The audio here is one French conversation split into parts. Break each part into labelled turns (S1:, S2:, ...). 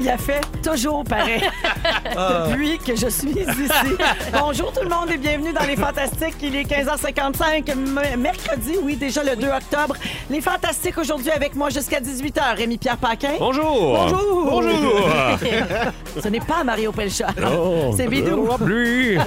S1: Il a fait toujours pareil depuis que je suis ici. Bonjour tout le monde et bienvenue dans les Fantastiques. Il est 15h55, m- mercredi, oui, déjà le 2 octobre. Les Fantastiques aujourd'hui avec moi jusqu'à 18h. Rémi-Pierre Paquin.
S2: Oh.
S3: Bonjour.
S1: Bonjour.
S3: Bonjour.
S1: Ce n'est pas Mario Pelcha.
S3: Oh,
S1: C'est Bidou.
S3: non plus.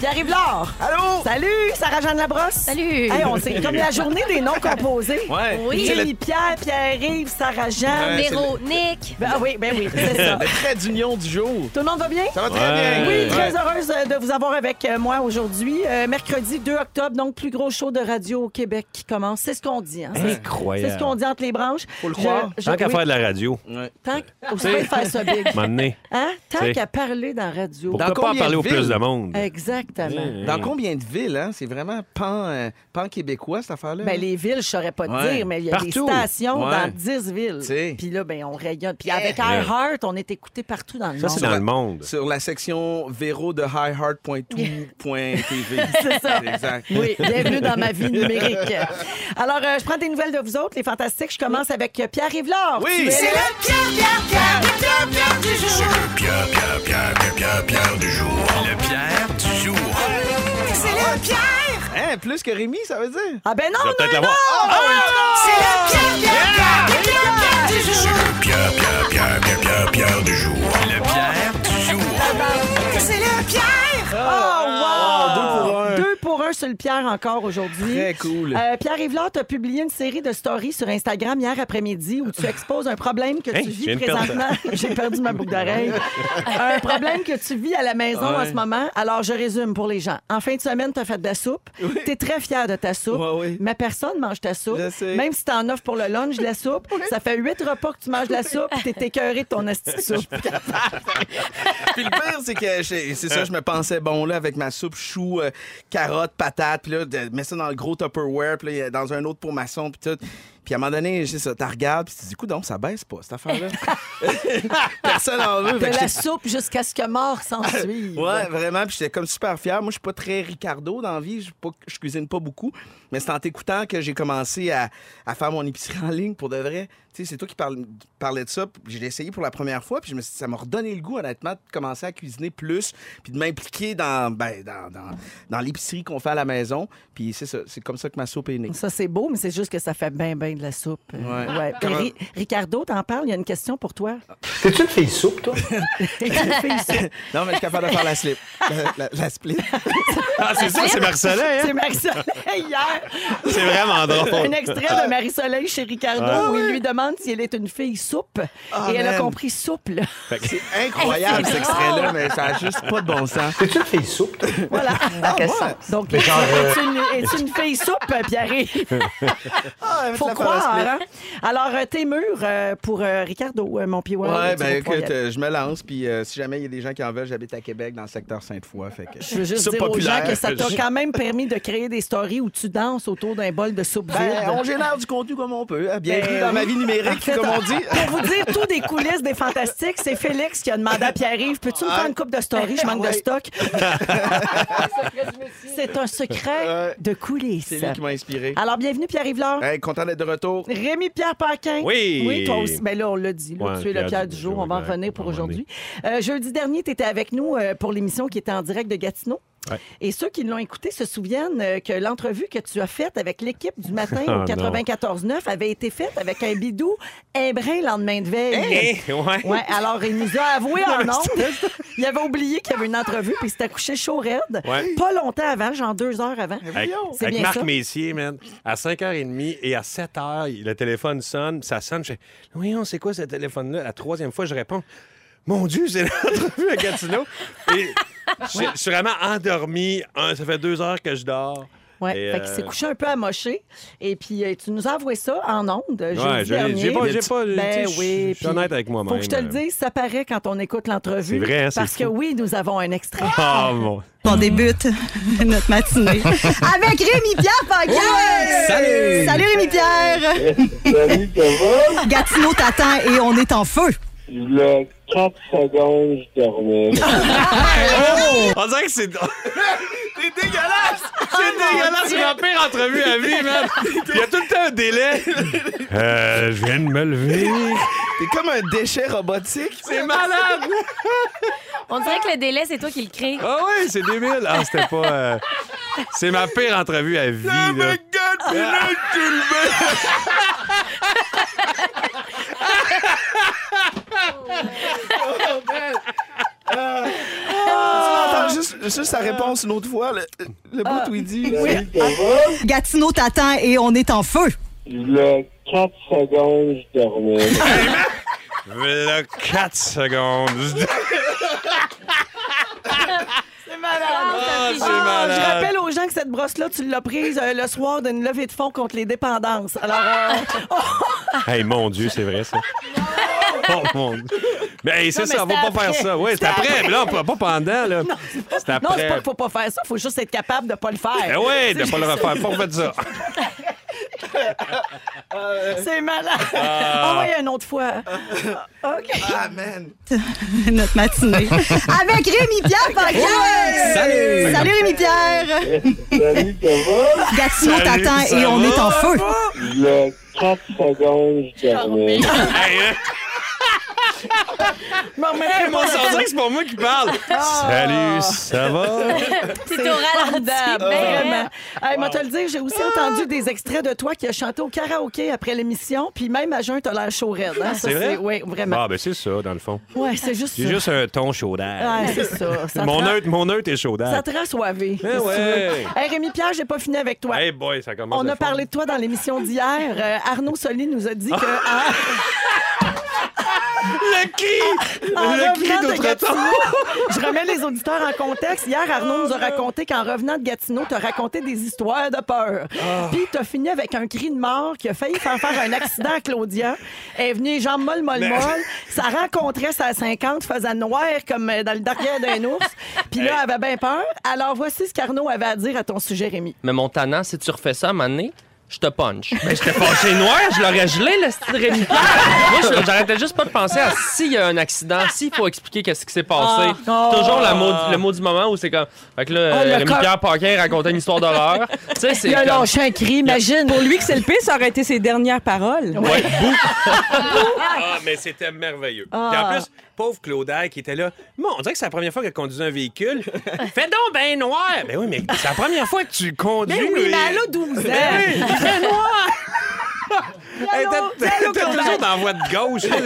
S1: Pierre-Yves Laure.
S2: oh. Allô?
S1: Salut, Sarah-Jeanne Labrosse.
S4: Salut.
S1: Hey, on c'est comme la journée des noms composés.
S2: Ouais.
S4: Oui.
S2: C'est le,
S1: Rémi-Pierre, Pierre-Yves, Sarah-Jeanne.
S2: Ouais.
S4: Véronique.
S1: Ben oui, ben oui, c'est ça.
S2: le trait d'union du jour.
S1: Tout le monde va bien?
S2: Ça va très
S3: Ouais.
S2: bien.
S1: Oui, très
S2: Ouais.
S1: heureuse euh, de vous avoir avec euh, moi aujourd'hui. Euh, mercredi 2 octobre, donc plus gros show de radio au Québec qui commence. C'est ce qu'on dit. Hein? C'est-
S3: Incroyable.
S1: C'est ce qu'on dit entre les branches.
S2: Faut le croire.
S1: Je- je-
S3: Tant qu'à
S1: oui,
S3: faire de la radio,
S2: Ouais.
S1: tant qu'à- aussi bien de faire ça big.
S3: m'amener.
S1: Hein? Tant
S3: C'est-
S1: qu'à parler dans la radio.
S3: Pourquoi
S2: Dans
S3: pas en
S2: combien
S3: parler
S2: de
S3: au plus
S2: villes?
S3: de monde?
S1: Exactement.
S2: Dans combien de villes, hein? C'est vraiment pan, euh, pan-québécois, cette affaire-là.
S1: Ben, les villes, je saurais pas te
S2: Ouais.
S1: dire, mais il y a
S3: Partout.
S1: des stations
S2: Ouais.
S1: dans 10 villes.
S2: T'sais.
S1: Puis là, ben, on rayonne. Puis avec iHeart, on est écouté partout dans le
S3: Ça,
S1: monde.
S3: c'est dans le monde.
S2: Sur la section véro de highheart.tout.tv.
S1: C'est ça.
S2: Exact.
S1: Oui, bienvenue dans ma vie numérique. Alors, euh, je prends des nouvelles de vous autres, les fantastiques. Je commence avec euh, Pierre Rivlard.
S2: Oui.
S1: Tu es
S2: C'est
S1: là.
S5: Pierre, Pierre, Pierre, Pierre, Pierre, Pierre du jour. Le Pierre du jour.
S2: Hein, plus que Rémi, ça veut dire?
S1: Ah ben non,
S3: Je vais peut-être
S1: non,
S3: l'avoir.
S5: Ah.
S1: non!
S5: Le Pierre, Pierre, Pierre, Pierre, Pierre, Pierre du jour. Le Pierre du
S1: Ah
S5: jour.
S1: ben, Oh, wow!
S2: pour un.
S1: Deux pour un sur le Pierre encore aujourd'hui.
S2: Très cool.
S1: Euh, Pierre Rivlard, tu as publié une série de stories sur Instagram hier après-midi où tu exposes un problème que
S3: Hein,
S1: tu
S3: je
S1: vis
S3: viens de perdre
S1: présentement. J'ai perdu ma boucle d'oreille. un problème que tu vis à la maison en
S2: Ah Ouais.
S1: ce moment. Alors, je résume pour les gens. En fin de semaine, tu as fait de la soupe. Tu es très fier de ta soupe.
S2: Ouais, oui.
S1: Ma personne mange ta soupe.
S2: Je sais.
S1: Même si tu en offres pour le lunch de la soupe, ça fait huit repas que tu manges de la soupe. Tu es écœuré de ton esti de soupe.
S2: Puis le pire, c'est que j'ai- c'est ça, je me pensais bon là avec ma soupe chou, euh, carottes, patates, puis là, de, mets ça dans le gros Tupperware, puis là, il y a- dans un autre pour maçon, puis tout. Puis à un moment donné, j'ai ça, t'as regardes, puis tu te dis, écoute, donc, ça baisse pas, cette affaire-là. Personne en veut.
S1: De
S2: Fait que
S1: la
S2: j'étais-
S1: soupe jusqu'à ce que mort s'en suive.
S2: Ouais, vraiment, puis j'étais comme super fier. Moi, je suis pas très Ricardo dans la vie, je suis pas- je cuisine pas beaucoup, mais c'est en t'écoutant que j'ai commencé à, à faire mon épicerie en ligne pour de vrai. Tu sais, c'est toi qui parle- parlais de ça, puis j'ai essayé pour la première fois, puis je me suis- ça m'a redonné le goût, honnêtement, de commencer à cuisiner plus, puis de m'impliquer dans, ben, dans, dans, dans l'épicerie qu'on fait à la maison. Puis c'est ça, c'est comme ça que ma soupe est née.
S1: Ça, c'est beau, mais c'est juste que ça fait bien, bien de la soupe. Euh,
S2: Ouais.
S1: ouais.
S2: Comment- Ah.
S1: Ri- Ricardo, t'en parles, il y a une question pour toi.
S6: T'es-tu une fille soupe, toi?
S2: non, mais je suis capable de faire la slip, la, la- la split.
S3: Ah, c'est ça, c'est Marcelin. hein?
S1: C'est Marie-Soleil hier.
S3: C'est vraiment
S1: Un
S3: drôle.
S1: extrait de Marie-Soleil chez Ricardo
S6: Ah
S1: où il lui demande si elle est une fille soupe.
S2: Ah,
S1: et elle a
S2: man.
S1: compris souple.
S2: C'est incroyable, cet extrait-là, mais ça a juste pas de bon sens.
S6: T'es-tu une fille soupe, toi?
S1: Voilà.
S2: Ah, ouais.
S1: Donc,
S6: Mais genre, euh,
S1: est-ce une, es-tu une fille soupe, Pierre?
S2: Ah, elle va te
S1: Faut
S2: la faire la
S1: croire.
S2: split.
S1: hein? Alors, euh, tes murs euh, pour euh, Ricardo, euh, mon PY.
S2: Ouais,
S1: tu
S2: ben
S1: vas pouvoir y
S2: écoute,
S1: aller.
S2: euh, je me lance, puis euh, si jamais il y a des gens qui en veulent, j'habite à Québec, dans le secteur Sainte-Foy, fait que...
S1: Je veux juste
S2: Soupe
S1: dire aux gens
S2: populaire.
S1: que ça t'a quand même permis de créer des stories où tu danses autour d'un bol de soupe vide.
S2: Ben, on génère du contenu comme on peut, hein. bienvenue
S1: Ben
S2: dans
S1: oui.
S2: ma vie numérique,
S1: Faites-
S2: comme on dit.
S1: Pour vous dire tout des coulisses des fantastiques, c'est Félix qui a demandé à Pierre-Yves Peux-tu me faire une coupe de story Je manque de
S2: Ouais.
S1: stock. c'est un secret
S2: Ouais.
S1: de coulisses.
S2: C'est lui qui m'a inspiré.
S1: Alors, bienvenue, Pierre-Yves Laure.
S2: Hey, content d'être de retour.
S1: Rémi Pierre Paquin.
S3: Oui.
S1: Oui, toi aussi. Ben là, on l'a dit. là,
S3: Ouais,
S1: tu es le Pierre du jour. On va en
S3: exact.
S1: revenir pour
S3: On va en
S1: aujourd'hui. Euh, jeudi dernier, tu étais avec nous euh, pour l'émission qui était en direct de Gatineau.
S3: Ouais.
S1: Et ceux qui l'ont écouté se souviennent euh, que l'entrevue que tu as faite avec l'équipe du matin
S3: Ah,
S1: au
S3: non.
S1: 94.9 avait été faite avec un bidou, un brin lendemain de veille.
S3: Eh, ouais.
S1: Ouais, alors il nous a avoué en ondes. Il avait oublié qu'il y avait une entrevue, puis il s'était couché chaud raide.
S3: Ouais.
S1: Pas longtemps avant, genre deux heures avant.
S3: Avec,
S1: C'est
S3: avec
S1: bien
S3: Marc
S1: ça.
S3: Messier, man, à 5h30 et à 7h, le téléphone sonne, ça sonne. Je fais Oui, on sait quoi ce téléphone-là? La troisième fois, je réponds Mon Dieu, c'est l'entrevue à Gatineau. et je, je suis vraiment endormi. Un, ça fait deux heures que je dors.
S1: Oui,
S3: Et,
S1: fait qu'il
S3: euh,
S1: s'est couché un peu amoché. Et puis, euh, tu nous as avoué ça en ondes jeudi
S3: Ouais, j'ai-
S1: dernier.
S3: j'ai pas- j'ai pas-
S1: ben
S3: tu sais, je-
S1: oui,
S3: je suis
S1: puis
S3: honnête avec moi-même. euh.
S1: Faut que je te le dise, ça paraît quand on écoute l'entrevue.
S3: C'est vrai, hein, c'est
S1: Parce que
S3: fou.
S1: oui, nous avons un extrait.
S3: Oh mon.
S7: On débute notre matinée avec Rémi-Pierre Paquet. Salut! Salut Rémi-Pierre!
S8: Salut, ça va?
S7: Gatineau t'attend et on est en feu.
S8: Il y a 4 secondes, je dormais.
S3: On dirait que c'est. Oh
S2: C'est dégueulasse!
S3: C'est dégueulasse, c'est ma pire entrevue à vie, man. Il y a tout le temps un délai. Euh, je viens de me lever.
S2: T'es comme un déchet robotique.
S3: C'est malade.
S4: On dirait que le délai, c'est toi qui le crée.
S3: Ah oui, c'est débile. Ah, c'était pas. euh, C'est ma pire entrevue à vie. Là.
S2: Attends, juste, juste sa réponse une autre fois. Le, le bout où il dit... euh, là,
S8: Salut, ça va?
S7: Gatineau t'attend et on est en feu.
S8: Le 4 secondes, je dormais.
S3: Voilà 4 secondes.
S4: Ah,
S3: c'est
S4: t'as pigé.
S1: Ah,
S3: malade.
S1: Je rappelle aux gens que cette brosse-là, tu l'as prise euh, le soir d'une levée de fonds contre les dépendances. Alors, euh,
S3: Hey, mon Dieu, c'est vrai, ça. Oh mon Dieu. Mais hey, c'est
S1: mais
S3: ça, on va
S1: c'était
S3: pas faire
S1: après.
S3: ça. Oui, c'est après, mais là, pas, pas pendant, là. C'est
S1: non, c'est
S3: après.
S1: pas qu'il faut pas faire ça, il faut juste être capable de pas le
S3: Eh
S1: faire.
S3: oui, de pas le refaire. Pas refaire ça.
S1: C'est malade. On va y une autre fois.
S3: Ah.
S2: Ah, man.
S7: Notre matinée. Avec Rémi-Pierre Paquin.
S2: Salut.
S7: Salut Rémi-Pierre.
S8: Salut, ça va?
S7: Gatineau
S3: Salut,
S7: t'attend
S3: ça
S7: et on
S3: va?
S7: est en feu.
S8: Le 4 secondes, je dormais.
S3: Hey, hein.
S1: Je m'en remettrai
S3: Hey, moi,
S1: pas.
S3: on dirait que c'est pas moi qui parle.
S1: Ah.
S3: Salut, ça va?
S4: C'est au ralenti.
S1: Formidable,
S4: ben,
S1: vraiment. Hey, moi, te le dire, j'ai
S3: Ah.
S1: aussi entendu des extraits de toi qui a chanté au karaoké après l'émission, puis même à jeun, t'as l'air chaud raide. hein. Ça,
S3: C'est vrai?
S1: Oui, vraiment.
S3: Ah, ben c'est ça, dans le fond.
S1: Ouais, c'est juste
S3: J'ai
S1: ça.
S3: juste un ton chaud d'air.
S1: Ouais, c'est ça. Ça te
S3: Mon
S1: rend-
S3: neutre, mon neutre est chaud
S1: Ça
S3: d'air.
S1: te rend soivé.
S3: Eh ouais.
S1: Hey, Rémi Pierre, j'ai pas fini avec toi.
S3: Hey boy, ça commence.
S1: On
S3: à
S1: a
S3: fond.
S1: parlé de toi dans l'émission d'hier. Euh, Arnaud Soli nous a dit que en-
S3: Le cri!
S1: en
S3: Le
S1: revenant
S3: cri
S1: de Gatineau,
S3: d'outre-temps.
S1: je remets les auditeurs en contexte. Hier, Arnaud
S3: Oh,
S1: nous a raconté qu'en revenant de Gatineau, t'as raconté des histoires de peur.
S3: Ah.
S1: Puis t'as fini avec un cri de mort qui a failli faire faire un accident à Claudia. Elle est venue, jambes molle, molle, molle. Ça rencontrait sa 50, faisant noir comme euh, dans le derrière d'un ours. Puis là, elle avait bien peur. Alors voici ce qu'Arnaud avait à dire à ton sujet, Rémi.
S9: Mais mon tannant, si tu refais ça à un moment donné, je te punch. Mais je te punché noir, je l'aurais gelé, le style Rémi Pierre. Moi, je- j'arrêtais juste pas de penser à s'il y a un accident, s'il faut expliquer qu'est-ce qui s'est passé.
S1: Ah.
S9: Toujours la maud- le mot du moment où c'est comme. Fait que là,
S1: Oh, le
S9: Rémi
S1: cor-
S9: Pierre Paquin racontait une histoire d'horreur. tu sais, c'est.
S1: Il a
S9: comme-
S1: lâché un cri, imagine.
S10: Pour lui que c'est le pire, ça aurait été ses dernières paroles.
S3: Ouais, bouh. ah, mais c'était merveilleux.
S1: Ah.
S3: Puis en plus, pauvre Claudel qui était là. Moi, on dirait que c'est la première fois qu'elle conduisait un véhicule. Fais donc ben noir! Ben oui, mais c'est la première fois que tu conduis.
S1: Ben oui,
S3: là, et-
S1: mais elle a 12 ans.
S3: Ben oui, fais noir! Hey,
S1: Allô,
S3: t'es-
S1: allô,
S3: t'es
S1: Claudel.
S3: Eh, toujours dans la voie de gauche. là.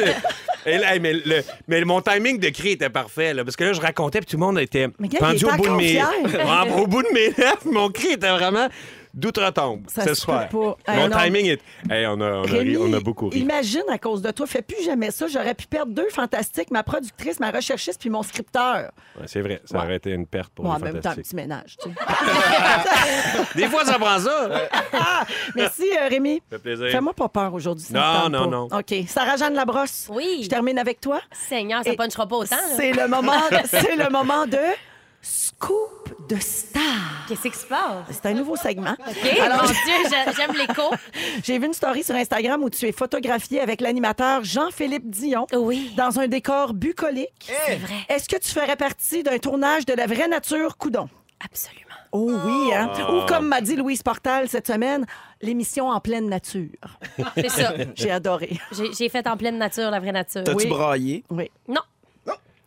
S3: Et là, hey, mais, le- mais mon timing de cri était parfait, là, parce que là, je racontais, puis tout le monde était
S1: Mais gars, il
S3: pendu
S1: est
S3: au bout, de
S1: encore
S3: mes...
S1: fier.
S3: Ouais, au bout de mes lèvres. Mon cri était vraiment d'outre-tombe.
S1: Ça
S3: ce
S1: se
S3: soir.
S1: peut pas. Hey,
S3: Mon
S1: non.
S3: timing est. Hey, on, a, on, a ri-
S1: Rémi,
S3: on a beaucoup ri.
S1: Imagine à cause de toi, fais plus jamais ça. J'aurais pu perdre deux fantastiques, ma productrice, ma recherchiste, puis mon scripteur.
S3: Ouais, c'est vrai, ça aurait été une perte pour
S1: Moi, en
S3: les
S1: même temps, un
S3: fantastiques.
S1: petit ménage. tu sais.
S3: Des fois, ça prend ça.
S1: Ah, merci, euh, Rémi.
S3: fait plaisir.
S1: Fais-moi pas peur aujourd'hui. ça me
S3: Non,
S1: tente
S3: non,
S1: pas. OK. Sarah-Jeanne Labrosse,
S4: Oui.
S1: je termine avec toi.
S4: Seigneur, ça
S1: Et-
S4: punchera pas autant. là.
S1: C'est le moment, c'est le moment de scoop de star.
S4: Qu'est-ce qui se passe?
S1: C'est un nouveau segment.
S4: OK,
S1: Alors-
S4: mon Dieu, j'a- j'aime l'écho.
S1: J'ai vu une story sur Instagram où tu es photographié avec l'animateur Jean-Philippe Dion
S4: Oui.
S1: dans un décor bucolique.
S4: C'est vrai,
S1: Est-ce que tu ferais partie d'un tournage de la vraie nature, Coudon?
S4: absolument.
S1: Oh oui, hein? Ou comme m'a dit Louise Portal cette semaine, l'émission en pleine nature.
S4: C'est ça.
S1: J'ai adoré.
S4: J'ai j'ai fait en pleine nature, la vraie nature.
S2: T'as-tu
S1: Oui.
S2: braillé?
S1: Oui.
S4: Non,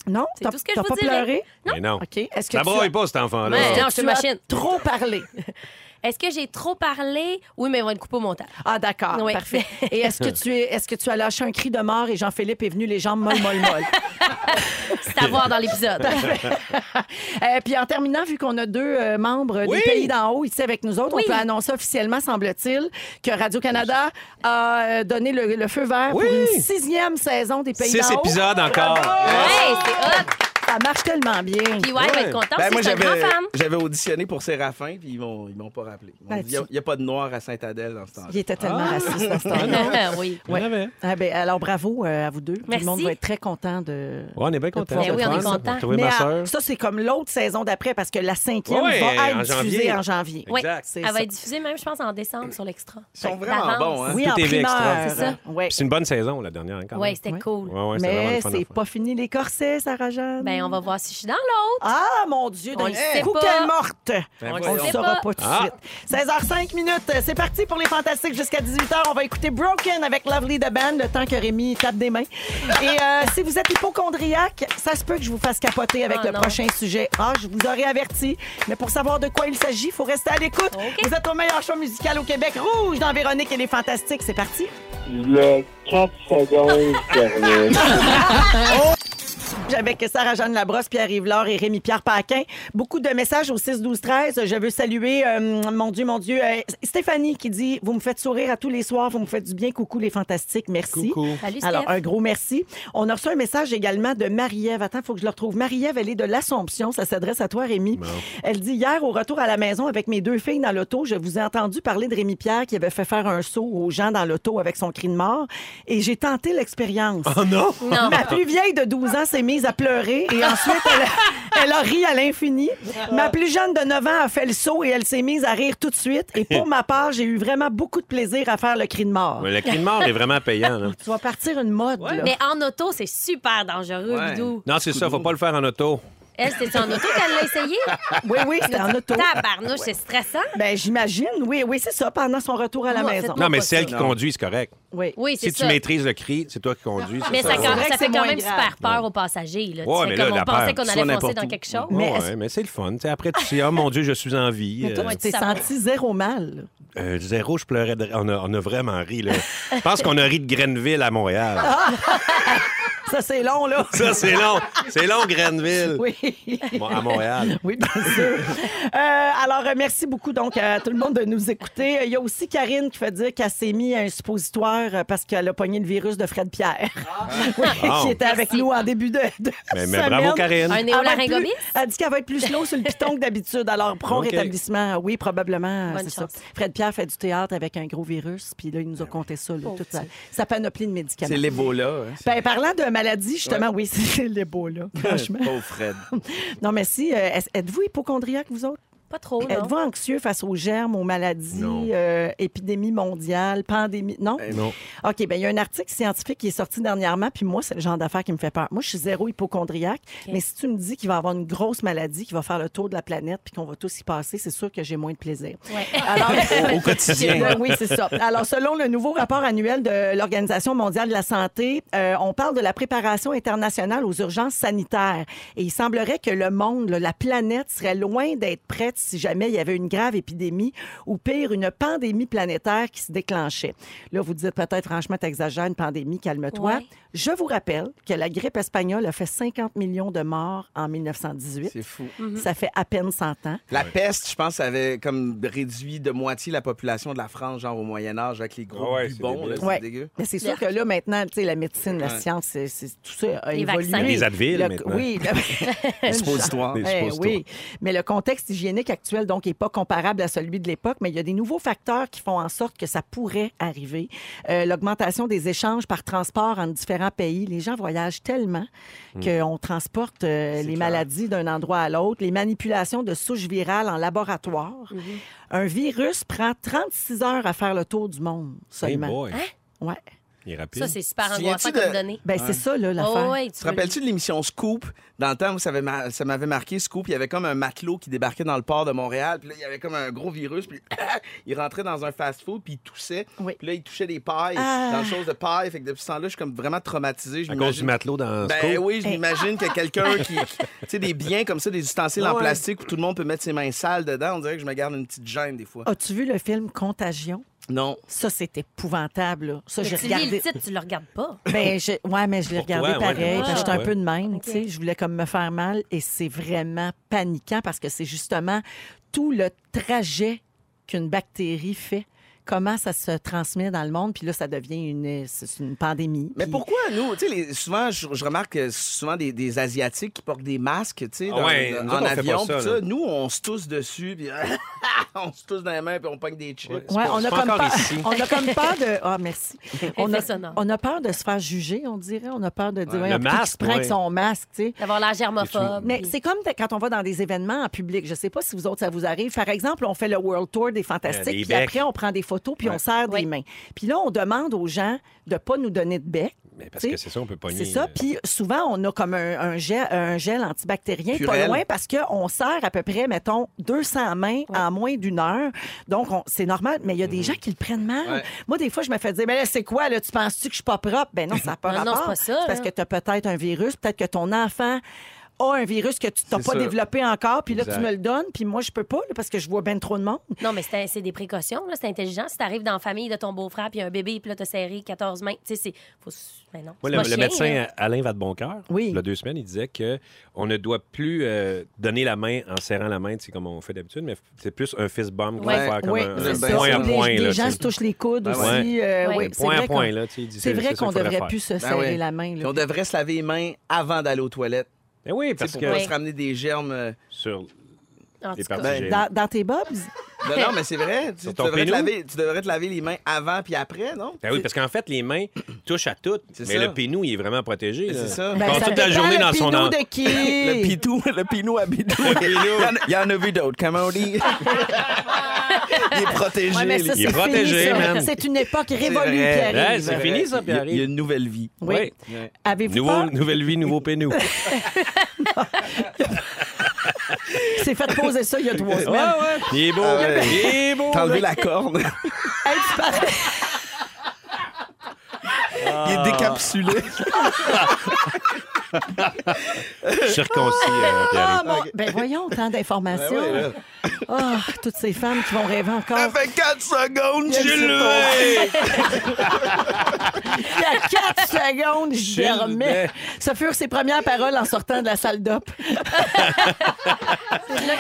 S1: Non?
S4: C'est
S1: T'as
S4: tout ce que
S1: t'as
S4: je
S1: pas
S4: vous dirais.
S1: pleuré?
S3: Mais non.
S1: OK. Est-ce que
S3: Ça
S1: tu
S3: broye
S1: as-
S3: pas, cet enfant-là.
S4: Ouais. Non, je suis
S1: tu
S4: une
S1: as
S4: machine.
S1: trop parlé.
S4: Est-ce que j'ai trop parlé? Oui, mais ils vont être coupés au montage.
S1: Ah d'accord,
S4: Oui.
S1: parfait. Et est-ce que tu es est-ce que tu as lâché un cri de mort et Jean-Philippe est venu les jambes molle molle molle.
S4: C'est à voir dans l'épisode.
S1: Euh, puis en terminant, vu qu'on a deux euh, membres
S3: Oui.
S1: des pays d'en haut ici avec nous autres,
S4: Oui.
S1: on peut annoncer officiellement, semble-t-il, que Radio-Canada a euh, donné le, le feu vert
S3: Oui.
S1: pour une sixième saison des pays
S3: Six
S1: d'en haut.
S3: épisodes encore.
S4: Ouais, c'est hot.
S1: Ça marche tellement bien.
S4: Puis ouais, il va être content.
S2: Ben, moi,
S4: c'est un grand
S2: j'avais
S4: fan.
S2: j'avais auditionné pour Séraphin, puis ils m'ont ils m'ont pas rappelé. Ils m'ont
S1: Ben,
S2: dit, Il
S1: tu-
S2: n'y a, pas de noir à Sainte-Adèle dans ce temps-là.
S1: Il était tellement
S3: Ah!
S1: raciste dans ce temps-là.
S4: oui.
S1: Ouais. Ah, ben, alors, bravo euh, à vous deux. Tout
S4: Merci.
S1: le monde va être très content de.
S3: Ouais, on est bien contents.
S4: Ben oui, on est contents.
S3: On a trouvé
S1: Mais euh,
S3: ma
S1: à-
S3: sœur.
S1: ça, c'est comme l'autre saison d'après parce que la cinquième
S3: Ouais,
S1: va être
S3: en
S1: diffusée
S3: janvier.
S1: en janvier.
S4: Oui,
S3: Exact.
S1: C'est
S4: elle va
S1: ça.
S4: être diffusée même, je pense, en décembre sur l'extra.
S2: Ils sont vraiment bons, hein?
S1: Oui,
S3: Tout
S1: en
S3: est vu
S1: primeur.
S3: extra. euh,
S4: C'est ça.
S1: Ouais.
S3: Puis C'est une bonne saison, la dernière, hein, quand
S4: Oui,
S3: même.
S4: c'était
S1: Ouais.
S4: cool.
S3: Ouais, ouais, c'était vraiment
S1: Mais
S3: le fun à
S1: c'est
S3: faire.
S1: pas fini les corsets, Sarah-Jeanne.
S4: Ben, on va voir si je suis dans l'autre.
S1: Ah, mon Dieu,
S4: on
S1: d'un
S4: le sait
S1: coup
S4: pas.
S1: qu'elle est morte.
S4: Ben
S1: on
S4: voyons. Ah.
S1: le saura
S4: On
S1: pas
S4: le
S1: tout
S4: sait pas.
S1: de suite. 16h05 minutes. euh, C'est parti pour les fantastiques jusqu'à 18h. On va écouter Broken avec Lovely the Band, le temps que Rémi tape des mains. Et euh, si vous êtes hypochondriaque, ça se peut que je vous fasse capoter avec
S4: Ah,
S1: le
S4: non.
S1: prochain sujet. Ah, je vous aurais averti. Mais pour savoir de quoi il s'agit, il faut rester à l'écoute. Vous êtes au meilleur show musical au Québec. Rouge dans Véronique et les fantastiques. C'est parti.
S8: Le 4 secondes dernier.
S1: Avec Sarah-Jeanne Labrosse, Pierre-Yves Laure et Rémi-Pierre Paquin. Beaucoup de messages au 6-12-13. Je veux saluer, euh, mon Dieu, mon Dieu, euh, Stéphanie qui dit « Vous me faites sourire à tous les soirs, vous me faites du bien. Coucou les fantastiques, merci. »
S4: Coucou. Salut, Steph.
S1: Alors, un gros merci. On a reçu un message également de Marie-Ève. Attends, faut que je le retrouve. Marie-Ève, elle est de l'Assomption. Ça s'adresse à toi, Rémi. Elle dit « Hier, au retour à la maison avec mes deux filles dans l'auto, je vous ai entendu parler de Rémi-Pierre qui avait fait faire un saut aux gens dans l'auto avec son cri de mort. Et j'ai tenté l'expérience.
S3: Oh non!
S4: Non.
S1: Ma plus vieille de 12 ans s'est mise à pleurer et ensuite elle a, elle a ri à l'infini. Ma plus jeune de 9 ans a fait le saut et elle s'est mise à rire tout de suite. Et pour ma part, j'ai eu vraiment beaucoup de plaisir à faire le cri de mort.
S3: Mais le cri de mort est vraiment payant. là.
S1: Tu vas partir une mode. Ah, là.
S4: Mais en auto, c'est super dangereux,
S2: Ouais.
S4: Bidou.
S3: Non, c'est ça, faut pas le faire en auto.
S4: Elle, c'était en auto qu'elle l'a essayé?
S1: Oui, oui, c'était en auto.
S4: Tabarnouche, c'est stressant.
S1: Ben, j'imagine. Oui, oui, c'est ça, pendant son retour à la
S4: Moi,
S1: maison.
S4: faites-moi-
S3: Non, mais
S4: pas
S3: c'est elle
S4: ça.
S3: qui
S2: Non.
S3: conduit, c'est correct.
S1: Oui.
S4: Oui,
S3: Si
S4: c'est
S3: tu
S4: ça.
S3: maîtrise le cri, c'est toi qui conduis. c'est
S4: Mais ça,
S3: va.
S4: quand-
S1: vrai que c'est
S4: ça fait quand
S1: moins
S4: même
S1: grave.
S4: super peur aux passagers. Là. Tu
S3: Ouais,
S4: fais
S3: mais là,
S4: comme
S3: la
S4: on pensait
S3: peur, tu
S4: qu'on
S2: sois
S4: allait foncer
S2: n'importe
S4: dans
S2: où.
S4: quelque chose.
S1: Mais
S3: Ouais,
S1: est-ce-
S3: mais c'est le fun. tu sais, après, tu dis, oh mon Dieu, je suis en vie.
S1: Mais toi,
S3: Euh,
S1: tu t'es
S4: ça va.
S1: senti zéro mal.
S3: euh, zéro, je pleurais. de- On, a, on a vraiment ri. Là. Je pense qu'on a ri de Grenville à Montréal.
S1: Ah. Ça, c'est long, là.
S3: Ça, c'est long. C'est long, Grenville.
S1: Oui.
S3: Bon, à Montréal.
S1: Oui, bien sûr. Euh, alors, euh, merci beaucoup donc à tout le monde de nous écouter. Il y a aussi Karine qui fait dire qu'elle s'est mis à un suppositoire euh, parce qu'elle a pogné le virus de Fred Pierre, Oui,
S3: Bon.
S1: qui était avec nous en début de, de
S3: Ah. Mais, mais
S1: semaine.
S3: bravo, Karine.
S4: Un
S1: Elle va être Ah, ben, plus-
S4: néolaryngobis?
S1: Elle dit qu'elle va être plus slow sur le piton que d'habitude. Alors, prompt
S3: OK.
S1: rétablissement. Oui, probablement. euh,
S4: Bonne
S1: c'est ça.
S4: chance.
S1: Fred Pierre fait du théâtre avec un gros virus, puis là, il
S3: Ah
S1: nous a conté ça, là, toute sa, sa panoplie de médicaments.
S2: C'est l'Ebola. hein.
S1: Ben, parlant de maladie, justement, oui, c'est l'Ebola, franchement.
S2: Pauvre Fred.
S1: Non, mais si, euh, est- êtes-vous hypochondriaque, vous autres?
S4: Pas trop, Oh, non.
S1: Êtes-vous anxieux face aux germes, aux
S3: Non.
S1: maladies, euh, épidémie mondiale, pandémie? Non?
S2: Euh, Ben,
S3: non.
S1: OK, bien, il y a un article scientifique qui est sorti dernièrement, puis moi, c'est le genre d'affaire qui me fait peur. Moi, je suis zéro hypochondriaque, mais si tu me dis qu'il va y avoir une grosse maladie qui va faire le tour de la planète puis qu'on va tous y passer, c'est sûr que j'ai moins de plaisir.
S4: Ouais.
S1: Alors, Ben
S3: Au quotidien.
S1: oui, c'est ça. Alors, selon le nouveau rapport annuel de l'Organisation mondiale de la santé, euh, on parle de la préparation internationale aux urgences sanitaires. Et il semblerait que le monde, là, la planète, serait loin d'être prête si jamais il y avait une grave épidémie ou pire, une pandémie planétaire qui se déclenchait. Là, vous dites peut-être, franchement, t'exagères, une pandémie, calme-toi.
S4: Ouais.
S1: Je vous rappelle que la grippe espagnole a fait 50 millions de morts en 1918.
S2: C'est fou.
S1: Ça fait à peine 100 ans.
S2: La peste, je pense, avait comme réduit de moitié la population de la France, genre au Moyen Âge, avec les gros
S3: Ah ouais, c'est
S2: bubons, là,
S3: débile.
S2: c'est
S1: Ouais.
S2: dégueu.
S1: Mais c'est sûr que là, maintenant, tu sais, la médecine, la
S2: Ouais.
S1: science, c'est, c'est- tout ça a
S4: Les
S1: évolué.
S4: vaccins.
S3: Les Advil, maintenant.
S1: Oui. le-
S2: Suppositoire.
S1: Eh
S3: suppositoires.
S1: oui. Mais le contexte hygiénique actuel, donc, n'est pas comparable à celui de l'époque, mais il y a des nouveaux facteurs qui font en sorte que ça pourrait arriver. Euh, l'augmentation des échanges par transport entre différents pays. Les gens voyagent tellement
S3: Hmm.
S1: qu'on transporte euh, les maladies d'un endroit à l'autre. Les manipulations de souches virales en laboratoire.
S4: Mm-hmm.
S1: Un virus prend 36 heures à faire le tour du monde
S3: Hey
S1: seulement.
S3: boy.
S1: ouais.
S3: Il est rapide.
S4: Hein? Ça, c'est super
S2: Souviens-tu
S4: angoissant
S2: de-
S4: comme donné.
S1: Ben, c'est ça, là, l'affaire.
S4: Oh, ouais, tu
S2: Tu te rappelles-tu de l'émission Scoop? Dans le temps, moi, ça avait mar- ça m'avait marqué, Scoop, il y avait comme un matelot qui débarquait dans le port de Montréal, puis là, il y avait comme un gros virus, puis il rentrait dans un fast-food, puis il toussait,
S1: Oui.
S2: puis là, il touchait des pailles,
S1: Ah.
S2: dans le chose de paille, fait que depuis ce temps-là, je suis comme vraiment traumatisé. Je
S3: À cause du
S2: m'imagine-
S3: matelot dans ce
S2: Ben
S3: cours.
S2: oui, je m'imagine que quelqu'un qui. qui- Tu sais, des biens comme ça, des ustensiles en plastique où tout le monde peut mettre ses mains sales dedans, on dirait que je me garde une petite gêne des fois.
S1: As-tu vu le film Contagion?
S2: Non.
S1: Ça, c'est épouvantable. là. Ça, j'ai
S4: Tu lis
S1: regardé.
S4: le titre, tu le regardes pas.
S1: Ben, je... Ouais, mais je l'ai
S3: Pour
S1: regardé
S3: toi, ouais,
S1: pareil.
S3: ouais,
S1: parce que J'étais
S3: ouais.
S1: un peu de même. tu sais. Je voulais comme me faire mal et c'est vraiment paniquant parce que c'est justement tout le trajet qu'une bactérie fait. Comment ça se transmet dans le monde, puis là, ça devient une, c'est une pandémie.
S2: Mais
S1: Puis-
S2: pourquoi nous, tu sais, les- souvent, je, je remarque que souvent des, des Asiatiques qui portent des masques, tu sais,
S3: Ah
S2: dans-
S3: ouais, nous
S2: dans-
S3: autres,
S2: en
S3: on fait
S2: avion,
S3: pas ça,
S2: pis
S3: là.
S2: ça, nous, on se tousse dessus, puis on se tousse dans les mains, puis on pogne des chips.
S1: Ouais, on, a
S3: pas
S1: comme
S3: encore
S1: peur,
S3: ici.
S1: on a comme peur de. Ah, merci. On a,
S4: Effet sonore.
S1: on a peur de se faire juger, on dirait. On a peur de dire.
S3: Ouais. Le
S1: ouais, on peut qu'il se
S3: masque,
S1: prend avec
S3: ouais.
S1: son masque, tu sais.
S4: D'avoir l'air germophobe.
S1: Mais
S4: puis-
S1: c'est comme t- quand on va dans des événements en public. Je sais pas si vous autres, ça vous arrive. Par exemple, on fait le World Tour des
S3: Euh, des
S1: Fantastiques, puis
S3: becs.
S1: après, on prend des photos, puis on serre des
S4: Oui.
S1: mains. Puis là, on demande aux gens de pas nous donner de bec.
S3: Mais parce
S1: Tu sais,
S3: que c'est ça, on peut pogner. euh,
S1: C'est ça. Puis souvent, on a comme un, un gel, un gel antibactérien pas
S3: Purel.
S1: loin parce qu'on sert à peu près, mettons, 200 mains en moins d'une heure. Donc, on- c'est normal, mais il y
S3: Mhm.
S1: a des gens qui le prennent mal.
S11: Ouais.
S1: Moi, des fois, je me fais dire, mais là, c'est quoi, là, tu penses-tu que je suis pas propre? Ben non, ça n'a pas
S4: Non, non,
S1: rapport.
S4: c'est pas ça,
S1: parce
S4: là.
S1: que tu as peut-être un virus, peut-être que ton enfant a un virus que tu t'as
S4: C'est
S1: pas
S4: ça.
S1: développé encore, puis là,
S4: Exact.
S1: tu me le donnes, puis moi, je peux pas, là, parce que je vois bien trop de monde.
S4: Non, mais c'est un- c'est des précautions, là, c'est intelligent. Si t'arrives dans la famille de ton beau-frère, puis il y a un bébé, puis là, t'as serré 14 mains, tu sais, c'est. Faut... s- Mais non.
S3: Moi,
S4: c'est
S3: le,
S4: pas
S3: le
S4: chien,
S3: médecin
S4: là.
S3: Alain Vadeboncoeur, il y a deux semaines, il disait que on ne doit plus euh, donner la main en serrant la main, tu sais, comme on fait d'habitude, mais c'est plus un fist bump qu'on va faire comme
S1: Oui,
S3: un,
S1: c'est
S3: un
S1: ça.
S3: point à
S1: Ou les-
S3: point.
S1: Les,
S3: là,
S1: gens
S3: tu
S1: se
S3: sais.
S1: touchent les coudes
S3: Ben ouais.
S1: aussi. euh, oui, c'est
S3: Point à
S1: vrai
S3: point,
S1: qu'on-
S3: là, tu sais, il disait,
S1: C'est
S3: c'est
S1: vrai
S3: ça
S1: qu'on
S3: qu'il faudrait
S1: devrait
S3: faire.
S1: plus se
S3: Ben
S1: serrer
S3: oui.
S1: la main. là.
S2: Puis on devrait se laver les mains avant d'aller aux toilettes.
S3: Mais Ben oui,
S2: parce
S3: que-
S2: Pour pas
S3: Oui.
S2: se ramener des germes. euh.
S3: Sur
S4: En
S3: les
S2: tout cas.
S3: parties
S2: Ben,
S3: gênées.
S1: Dans, dans tes bobs?
S2: Non, non, mais c'est vrai. Tu,
S3: Sur
S2: tu
S3: ton
S2: devrais te
S3: pénou?
S2: laver, tu devrais te laver les mains avant puis après, non?
S3: Ben oui, parce qu'en fait, les mains touchent à tout. Mais
S2: ça.
S3: le pénou, il est vraiment
S1: Ben,
S3: protégé. là.
S2: C'est ça.
S3: Il passe toute la journée dans son en-
S2: Le pitou, le pinou à bidou. Il y en a- il y en a vu d'autres, comme on dit. Il est protégé.
S1: Ouais, mais
S2: lui.
S1: ça, c'est fini, ça. C'est une époque révolue,
S2: vrai.
S1: Pierre.
S3: Ouais, c'est fini, ça,
S2: Il y a-
S3: Pierre-Yves.
S2: Il y a une nouvelle vie.
S1: Oui. Avez-vous
S3: Nouveau-
S1: peur?
S3: Nouvelle vie, nouveau pénou.
S1: C'est fait poser ça il y a trois semaines.
S3: Il est beau.
S1: Ah ouais.
S3: Il est beau.
S2: T'as enlevé
S3: là.
S2: la corde.
S1: Hey, tu parles-
S2: Il est décapsulé.
S1: Ah,
S3: Circoncis, euh,
S1: Ah,
S3: Pierre-Yves.
S1: mon- Ben voyons, tant d'informations.
S3: Ben
S1: Ah, toutes ces femmes qui vont rêver encore.
S2: Ça fait 4 secondes,
S1: Yes,
S2: j'ai
S1: c'est
S2: levé.
S1: Il y a 4 secondes,
S2: Gilles
S1: je
S3: ben.
S1: remets. Ce furent ses premières paroles en sortant de la salle d'op.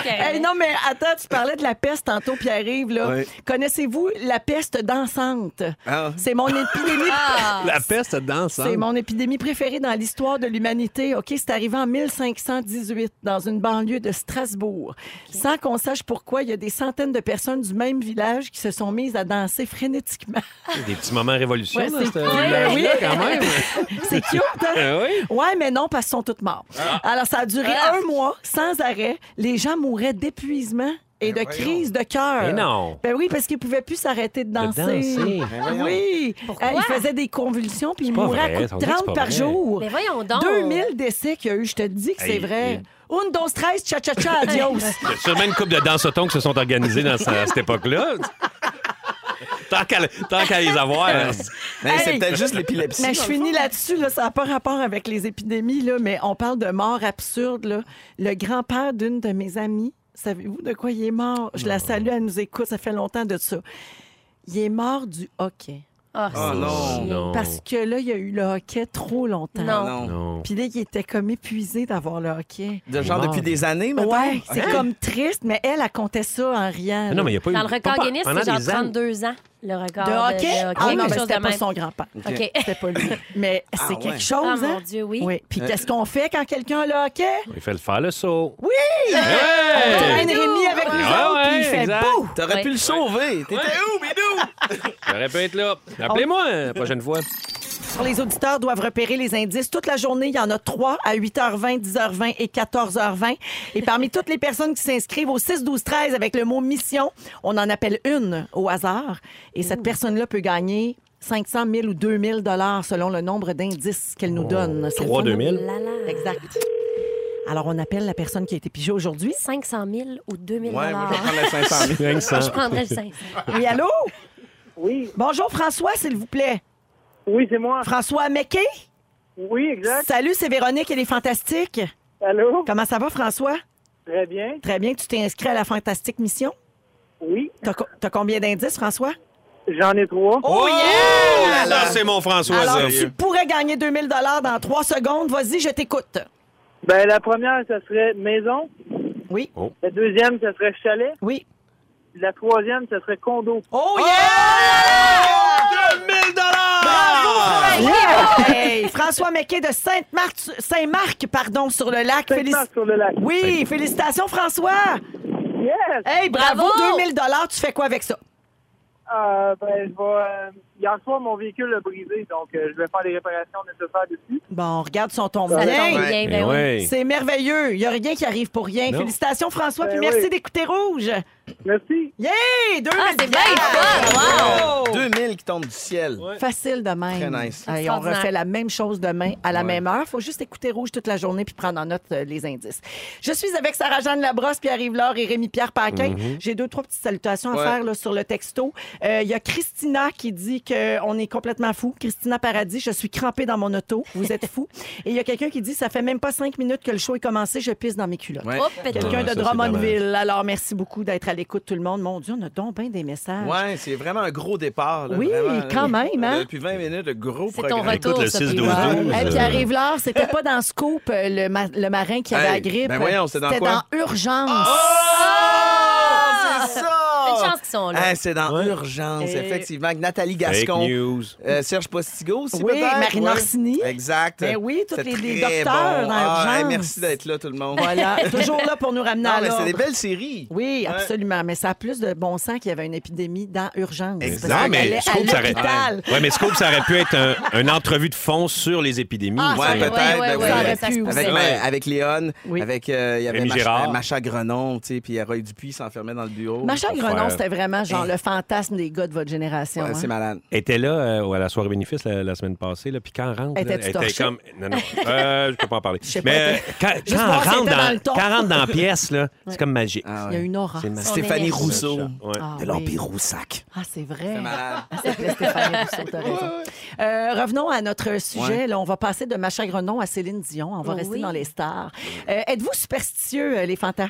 S1: Hey, non, mais attends, tu parlais de la peste tantôt, Pierre-Yves. là.
S3: Ouais.
S1: Connaissez-vous la peste dansante?
S3: Ah.
S1: C'est mon épidémie.
S3: La peste danse.
S1: C'est mon épidémie préférée dans l'histoire de l'humanité. OK, c'est arrivé en 1518 dans une banlieue de Strasbourg. Sans qu'on sache pourquoi, il y a des centaines de personnes du même village qui se sont mises à danser frénétiquement.
S3: Des petits moments révolution,
S1: Ouais,
S3: là,
S1: c'est
S3: cette
S1: cool.
S3: village-là,
S1: Oui.
S3: quand même.
S1: C'est cute, hein?
S3: Ah oui?
S1: Ouais, mais non, parce qu'ils sont toutes morts.
S3: Ah.
S1: Alors, ça a duré un mois, sans arrêt. Les gens mouraient d'épuisement et de crise de cœur.
S3: Ben Mais Eh non.
S1: Ben oui, parce qu'ils pouvaient plus s'arrêter de danser. Ah
S3: danser.
S2: Ben
S3: Mais
S1: Oui. Euh, ils faisaient des convulsions, puis ils
S3: pas
S1: mouraient
S3: vrai,
S1: à
S3: ça, on
S1: coups
S3: dit
S1: de
S3: que c'est
S1: 30
S3: pas
S1: par
S3: vrai.
S1: jour.
S4: Mais voyons donc.
S1: 2000 décès qu'il y a eu, je te dis que c'est
S3: Ah. Hey,
S1: vrai. Un, dos, tres, cha-cha-cha, adios.
S3: Il y a sûrement une couple de dansotons qui se sont organisés dans ce- à cette époque-là. Tant qu'à tant qu'à les avoir. hein.
S1: Hey! Mais je finis là-dessus, là, ça n'a pas rapport avec les épidémies, là, mais on parle de mort absurde. là. Le grand-père d'une de mes amies, savez-vous de quoi il est mort? Je la salue, elle nous écoute, ça fait longtemps de ça. Il est mort du hockey.
S4: Ah,
S3: Oh c'est non. chiant. Non.
S1: Parce que là, il y a eu le hockey trop longtemps.
S3: Non. Non.
S1: Puis là, il était comme épuisé d'avoir le hockey.
S2: De genre depuis des années, maintenant.
S1: Ouais, c'est
S2: Hein?
S1: comme triste, mais elle, elle comptait ça en riant.
S3: Mais Ah, non, mais il y a pas eu-
S4: Dans le record
S3: pas-
S4: Guinness,
S3: pendant
S4: c'est genre
S3: des années.
S4: 32 ans, le record.
S1: De hockey? Ah non,
S4: quelque
S1: mais
S4: chose
S1: c'était
S4: de
S1: pas
S4: même.
S1: son grand-père.
S4: OK.
S1: C'était pas lui. Mais
S4: Ah,
S1: c'est
S4: ouais. Euh,
S1: quelque chose,
S4: Ah,
S1: hein?
S4: mon Dieu, oui.
S1: Puis qu'est-ce qu'on fait quand quelqu'un a le hockey?
S4: Euh,
S3: Il fait le faire le saut.
S1: Oui! On ramène Rémi avec nous
S3: Ah
S1: autres,
S3: ouais,
S1: puis il fait
S3: exact.
S1: bouh!
S2: T'aurais pu le sauver. T'étais où, Bidou?
S3: J'aurais pu être là. Appelez-moi
S1: Ah.
S3: la prochaine fois.
S1: Les auditeurs doivent repérer les indices toute la journée. Il y en a trois à 8h20, 10h20 et 14h20. Et parmi toutes les personnes qui s'inscrivent au 6, 12, 13 avec le mot mission, on en appelle une au hasard. Et cette personne-là peut gagner 500 000 ou 2 000 dollars selon le nombre d'indices qu'elle nous donne. C'est le
S3: trois
S1: fun, hein?
S3: 2 000.
S1: Exact. Alors, on appelle la personne qui a été pigée aujourd'hui.
S4: 500 000 ou 2 000
S1: Ouais, moi, je prends
S3: le 500 000.
S4: Ah, Je prendrais le 500
S1: Oui, allô? Oui. Bonjour, François, s'il vous plaît. Oui, c'est moi. François Mecké? Oui, exact. Salut, c'est Véronique, elle est fantastique. Allô? Comment ça va, François?
S12: Très bien.
S1: Très bien, tu t'es inscrit à la Fantastique Mission? Oui. T'as co- t'as combien d'indices, François? J'en ai trois. Oh, yeah!
S3: Ça, Ah, c'est mon François,
S1: Alors,
S3: ça.
S1: tu pourrais gagner 2000 dans trois secondes. Vas-y, je t'écoute.
S12: Ben, la première, ça serait maison.
S1: Oui.
S12: La deuxième, ça serait chalet.
S1: Oui.
S12: La troisième, ça serait condo.
S1: Oh, yeah!
S3: 2000
S1: Bravo,
S12: Yeah!
S1: François! Hey, François Mequet de Sainte-Marthe, Saint-Marc, pardon, sur le lac. Félici- Oui, félicitations, François! Yes! Hey, bravo!
S12: Bravo!
S1: 2000 tu fais quoi avec ça?
S12: Euh, ben, je vais. euh, hier soir, mon véhicule a brisé, donc euh, je vais faire les réparations nécessaires dessus.
S1: Bon, regarde son tombe
S12: Ça
S1: bien.
S12: tombe
S4: Eh
S12: bien,
S3: Eh
S12: ben oui.
S1: C'est merveilleux. Il n'y a rien qui arrive pour rien.
S12: Non.
S1: Félicitations, François,
S12: Ben
S1: puis merci
S12: oui.
S1: d'écouter Rouge.
S12: Merci.
S1: Yay! Deux
S4: Ah, c'est bien le fun! Wow!
S2: 2000 qui tombent du ciel.
S1: Facile demain.
S2: Très nice.
S1: Allez, on refait la même chose demain à la même heure. Faut juste écouter Rouge toute la journée puis prendre en note euh, les indices. Je suis avec Sarah-Jeanne Labrosse, Pierre-Yves Laure et Rémi-Pierre Paquin.
S2: Mm-hmm.
S11: Mhm.
S1: J'ai deux, trois petites salutations à
S11: Ouais.
S1: faire là, sur le texto. Euh, Il y a Christina qui dit qu'on est complètement fou. Christina Paradis, je suis crampée dans mon auto. Vous êtes fou. et il y a quelqu'un qui dit ça fait même pas cinq minutes que le show est commencé, je pisse dans mes culottes.
S2: Ouais. Oh, pétard.
S1: Quelqu'un
S2: Ouais,
S1: de
S2: ça, c'est
S1: Drummondville. Alors, merci beaucoup d'être à l'écoute, tout le monde. Mon Dieu, on a donc bien des messages.
S2: Ouais, c'est vraiment un gros départ. là,
S1: Oui,
S2: vraiment,
S1: quand
S2: là.
S1: même, hein?
S2: Depuis 20 minutes, de gros
S1: C'est
S2: programme.
S1: Et
S2: Euh,
S1: puis arrive l'heure, c'était pas dans Scoop euh, le, ma- le marin qui avait
S2: Hey,
S1: la grippe.
S2: ben voyons, c'était dans
S1: C'était
S2: quoi?
S1: dans Urgence.
S2: Ah! Oh! c'est ça!
S4: Une chance qu'ils sont là.
S2: Ah, c'est dans Urgence,
S4: Et-
S2: effectivement. avec Nathalie Gascon.
S3: Fake news.
S2: Euh, Serge Postigo aussi,
S1: Oui,
S2: peut-être.
S1: Marine
S2: ouais.
S1: Orsini.
S2: Exact.
S1: Ben oui, tous
S2: C'était
S1: les- les
S2: très
S1: docteurs dans
S2: Ah, hey,
S1: Urgence.
S2: merci d'être là, tout le monde.
S1: Voilà, toujours là pour nous ramener
S2: Non,
S1: à
S2: mais
S1: l'ordre.
S2: c'est des belles séries.
S1: Oui,
S2: Ouais.
S1: absolument. Mais ça a plus de bon sens qu'il y avait une épidémie dans Urgence.
S3: Exact.
S1: Parce
S3: Non,
S1: qu'elle allait
S3: mais
S1: à
S3: Scoop, ça
S1: l'hôpital.
S3: aurait... ouais, mais Scoop, ça aurait pu être un- une entrevue de fond sur les épidémies.
S1: Ah,
S2: Ouais, peut-être. ben oui.
S1: ça aurait pu aussi.
S3: Ouais.
S2: avec, ma- avec Léon, avec euh, il y avait
S3: Rémi
S2: Macha,
S3: Girard.
S2: Macha Grenon, tu sais, puis Roy Dupuis s'enfermait dans le bureau.
S1: Macha
S2: Pour
S1: Grenon,
S2: faire- Hein?
S1: c'était vraiment genre le fantasme des gars de votre génération.
S2: Ouais,
S1: hein.
S2: c'est malade.
S3: était là euh, à la soirée bénéfice la, la semaine passée, là, puis quand elle rentre, là,
S1: Était-tu
S3: elle était
S1: torchée?
S3: comme. Non, non, euh, je peux pas en parler.
S1: sais pas,
S3: Mais
S1: t'es-
S3: euh, quand,
S1: Juste
S3: quand
S1: voir si
S3: elle rentre
S1: elle était dans le
S3: dans,
S1: ton.
S3: quand elle rentre dans la pièce, là,
S1: Ouais.
S3: c'est comme magique.
S1: Il y a une aura.
S3: C'est malade.
S2: Stéphanie
S3: Son
S2: Rousseau.
S3: énergie. Ouais.
S1: Ah,
S2: de
S1: oui.
S2: l'Empire Roussac.
S1: Ah, c'est vrai.
S2: C'est malade.
S1: Ah, c'était Stéphanie Rousseau, t'as raison. Euh, revenons à notre sujet.
S2: Ouais.
S1: Là, on va passer de Macha Grenon à Céline Dion. On va
S4: Oh Oui.
S1: rester dans les stars. Euh, Êtes-vous superstitieux, euh, les fantas?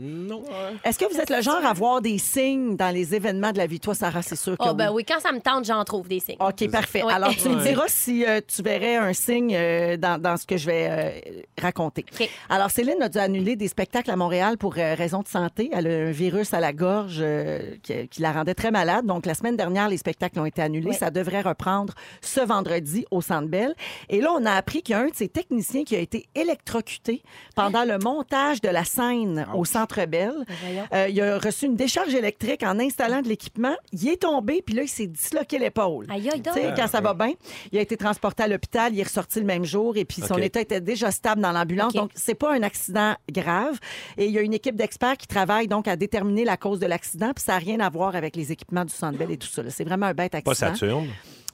S3: Non.
S1: Est-ce que vous êtes le genre à voir des signes dans les événements de la vie? Toi, Sarah, c'est sûr que
S4: Oh, ben oui, quand ça me tente, j'en trouve des signes.
S1: OK, parfait.
S4: Ouais.
S1: Alors, tu me
S4: Ouais.
S1: diras si euh, tu verrais un signe euh, dans, dans ce que je vais euh, raconter. Alors, Céline a dû annuler des spectacles à Montréal pour euh, raison de santé. Elle a un virus à la gorge euh, qui, qui la rendait très malade. Donc, la semaine dernière, les spectacles ont été annulés.
S11: Ouais.
S1: Ça devrait reprendre ce vendredi au Centre Bell. Et là, on a appris qu'il y a un de ses techniciens qui a été électrocuté pendant le montage de la scène au Centre Bell.
S4: Ben
S1: Euh, il a reçu une décharge électrique en installant de l'équipement. Il est tombé, puis là, il s'est disloqué l'épaule.
S4: Aïe, aïe, donc.
S1: Tu sais, quand ça va bien, il a été transporté à l'hôpital, il est ressorti le même jour, et puis son
S11: OK.
S1: état était déjà stable dans l'ambulance. Donc, c'est pas un accident grave. Et il y a une équipe d'experts qui travaille donc à déterminer la cause de l'accident, puis ça n'a rien à voir avec les équipements du Centre Bell et tout ça. là. C'est vraiment un bête accident.
S3: Pas Saturne.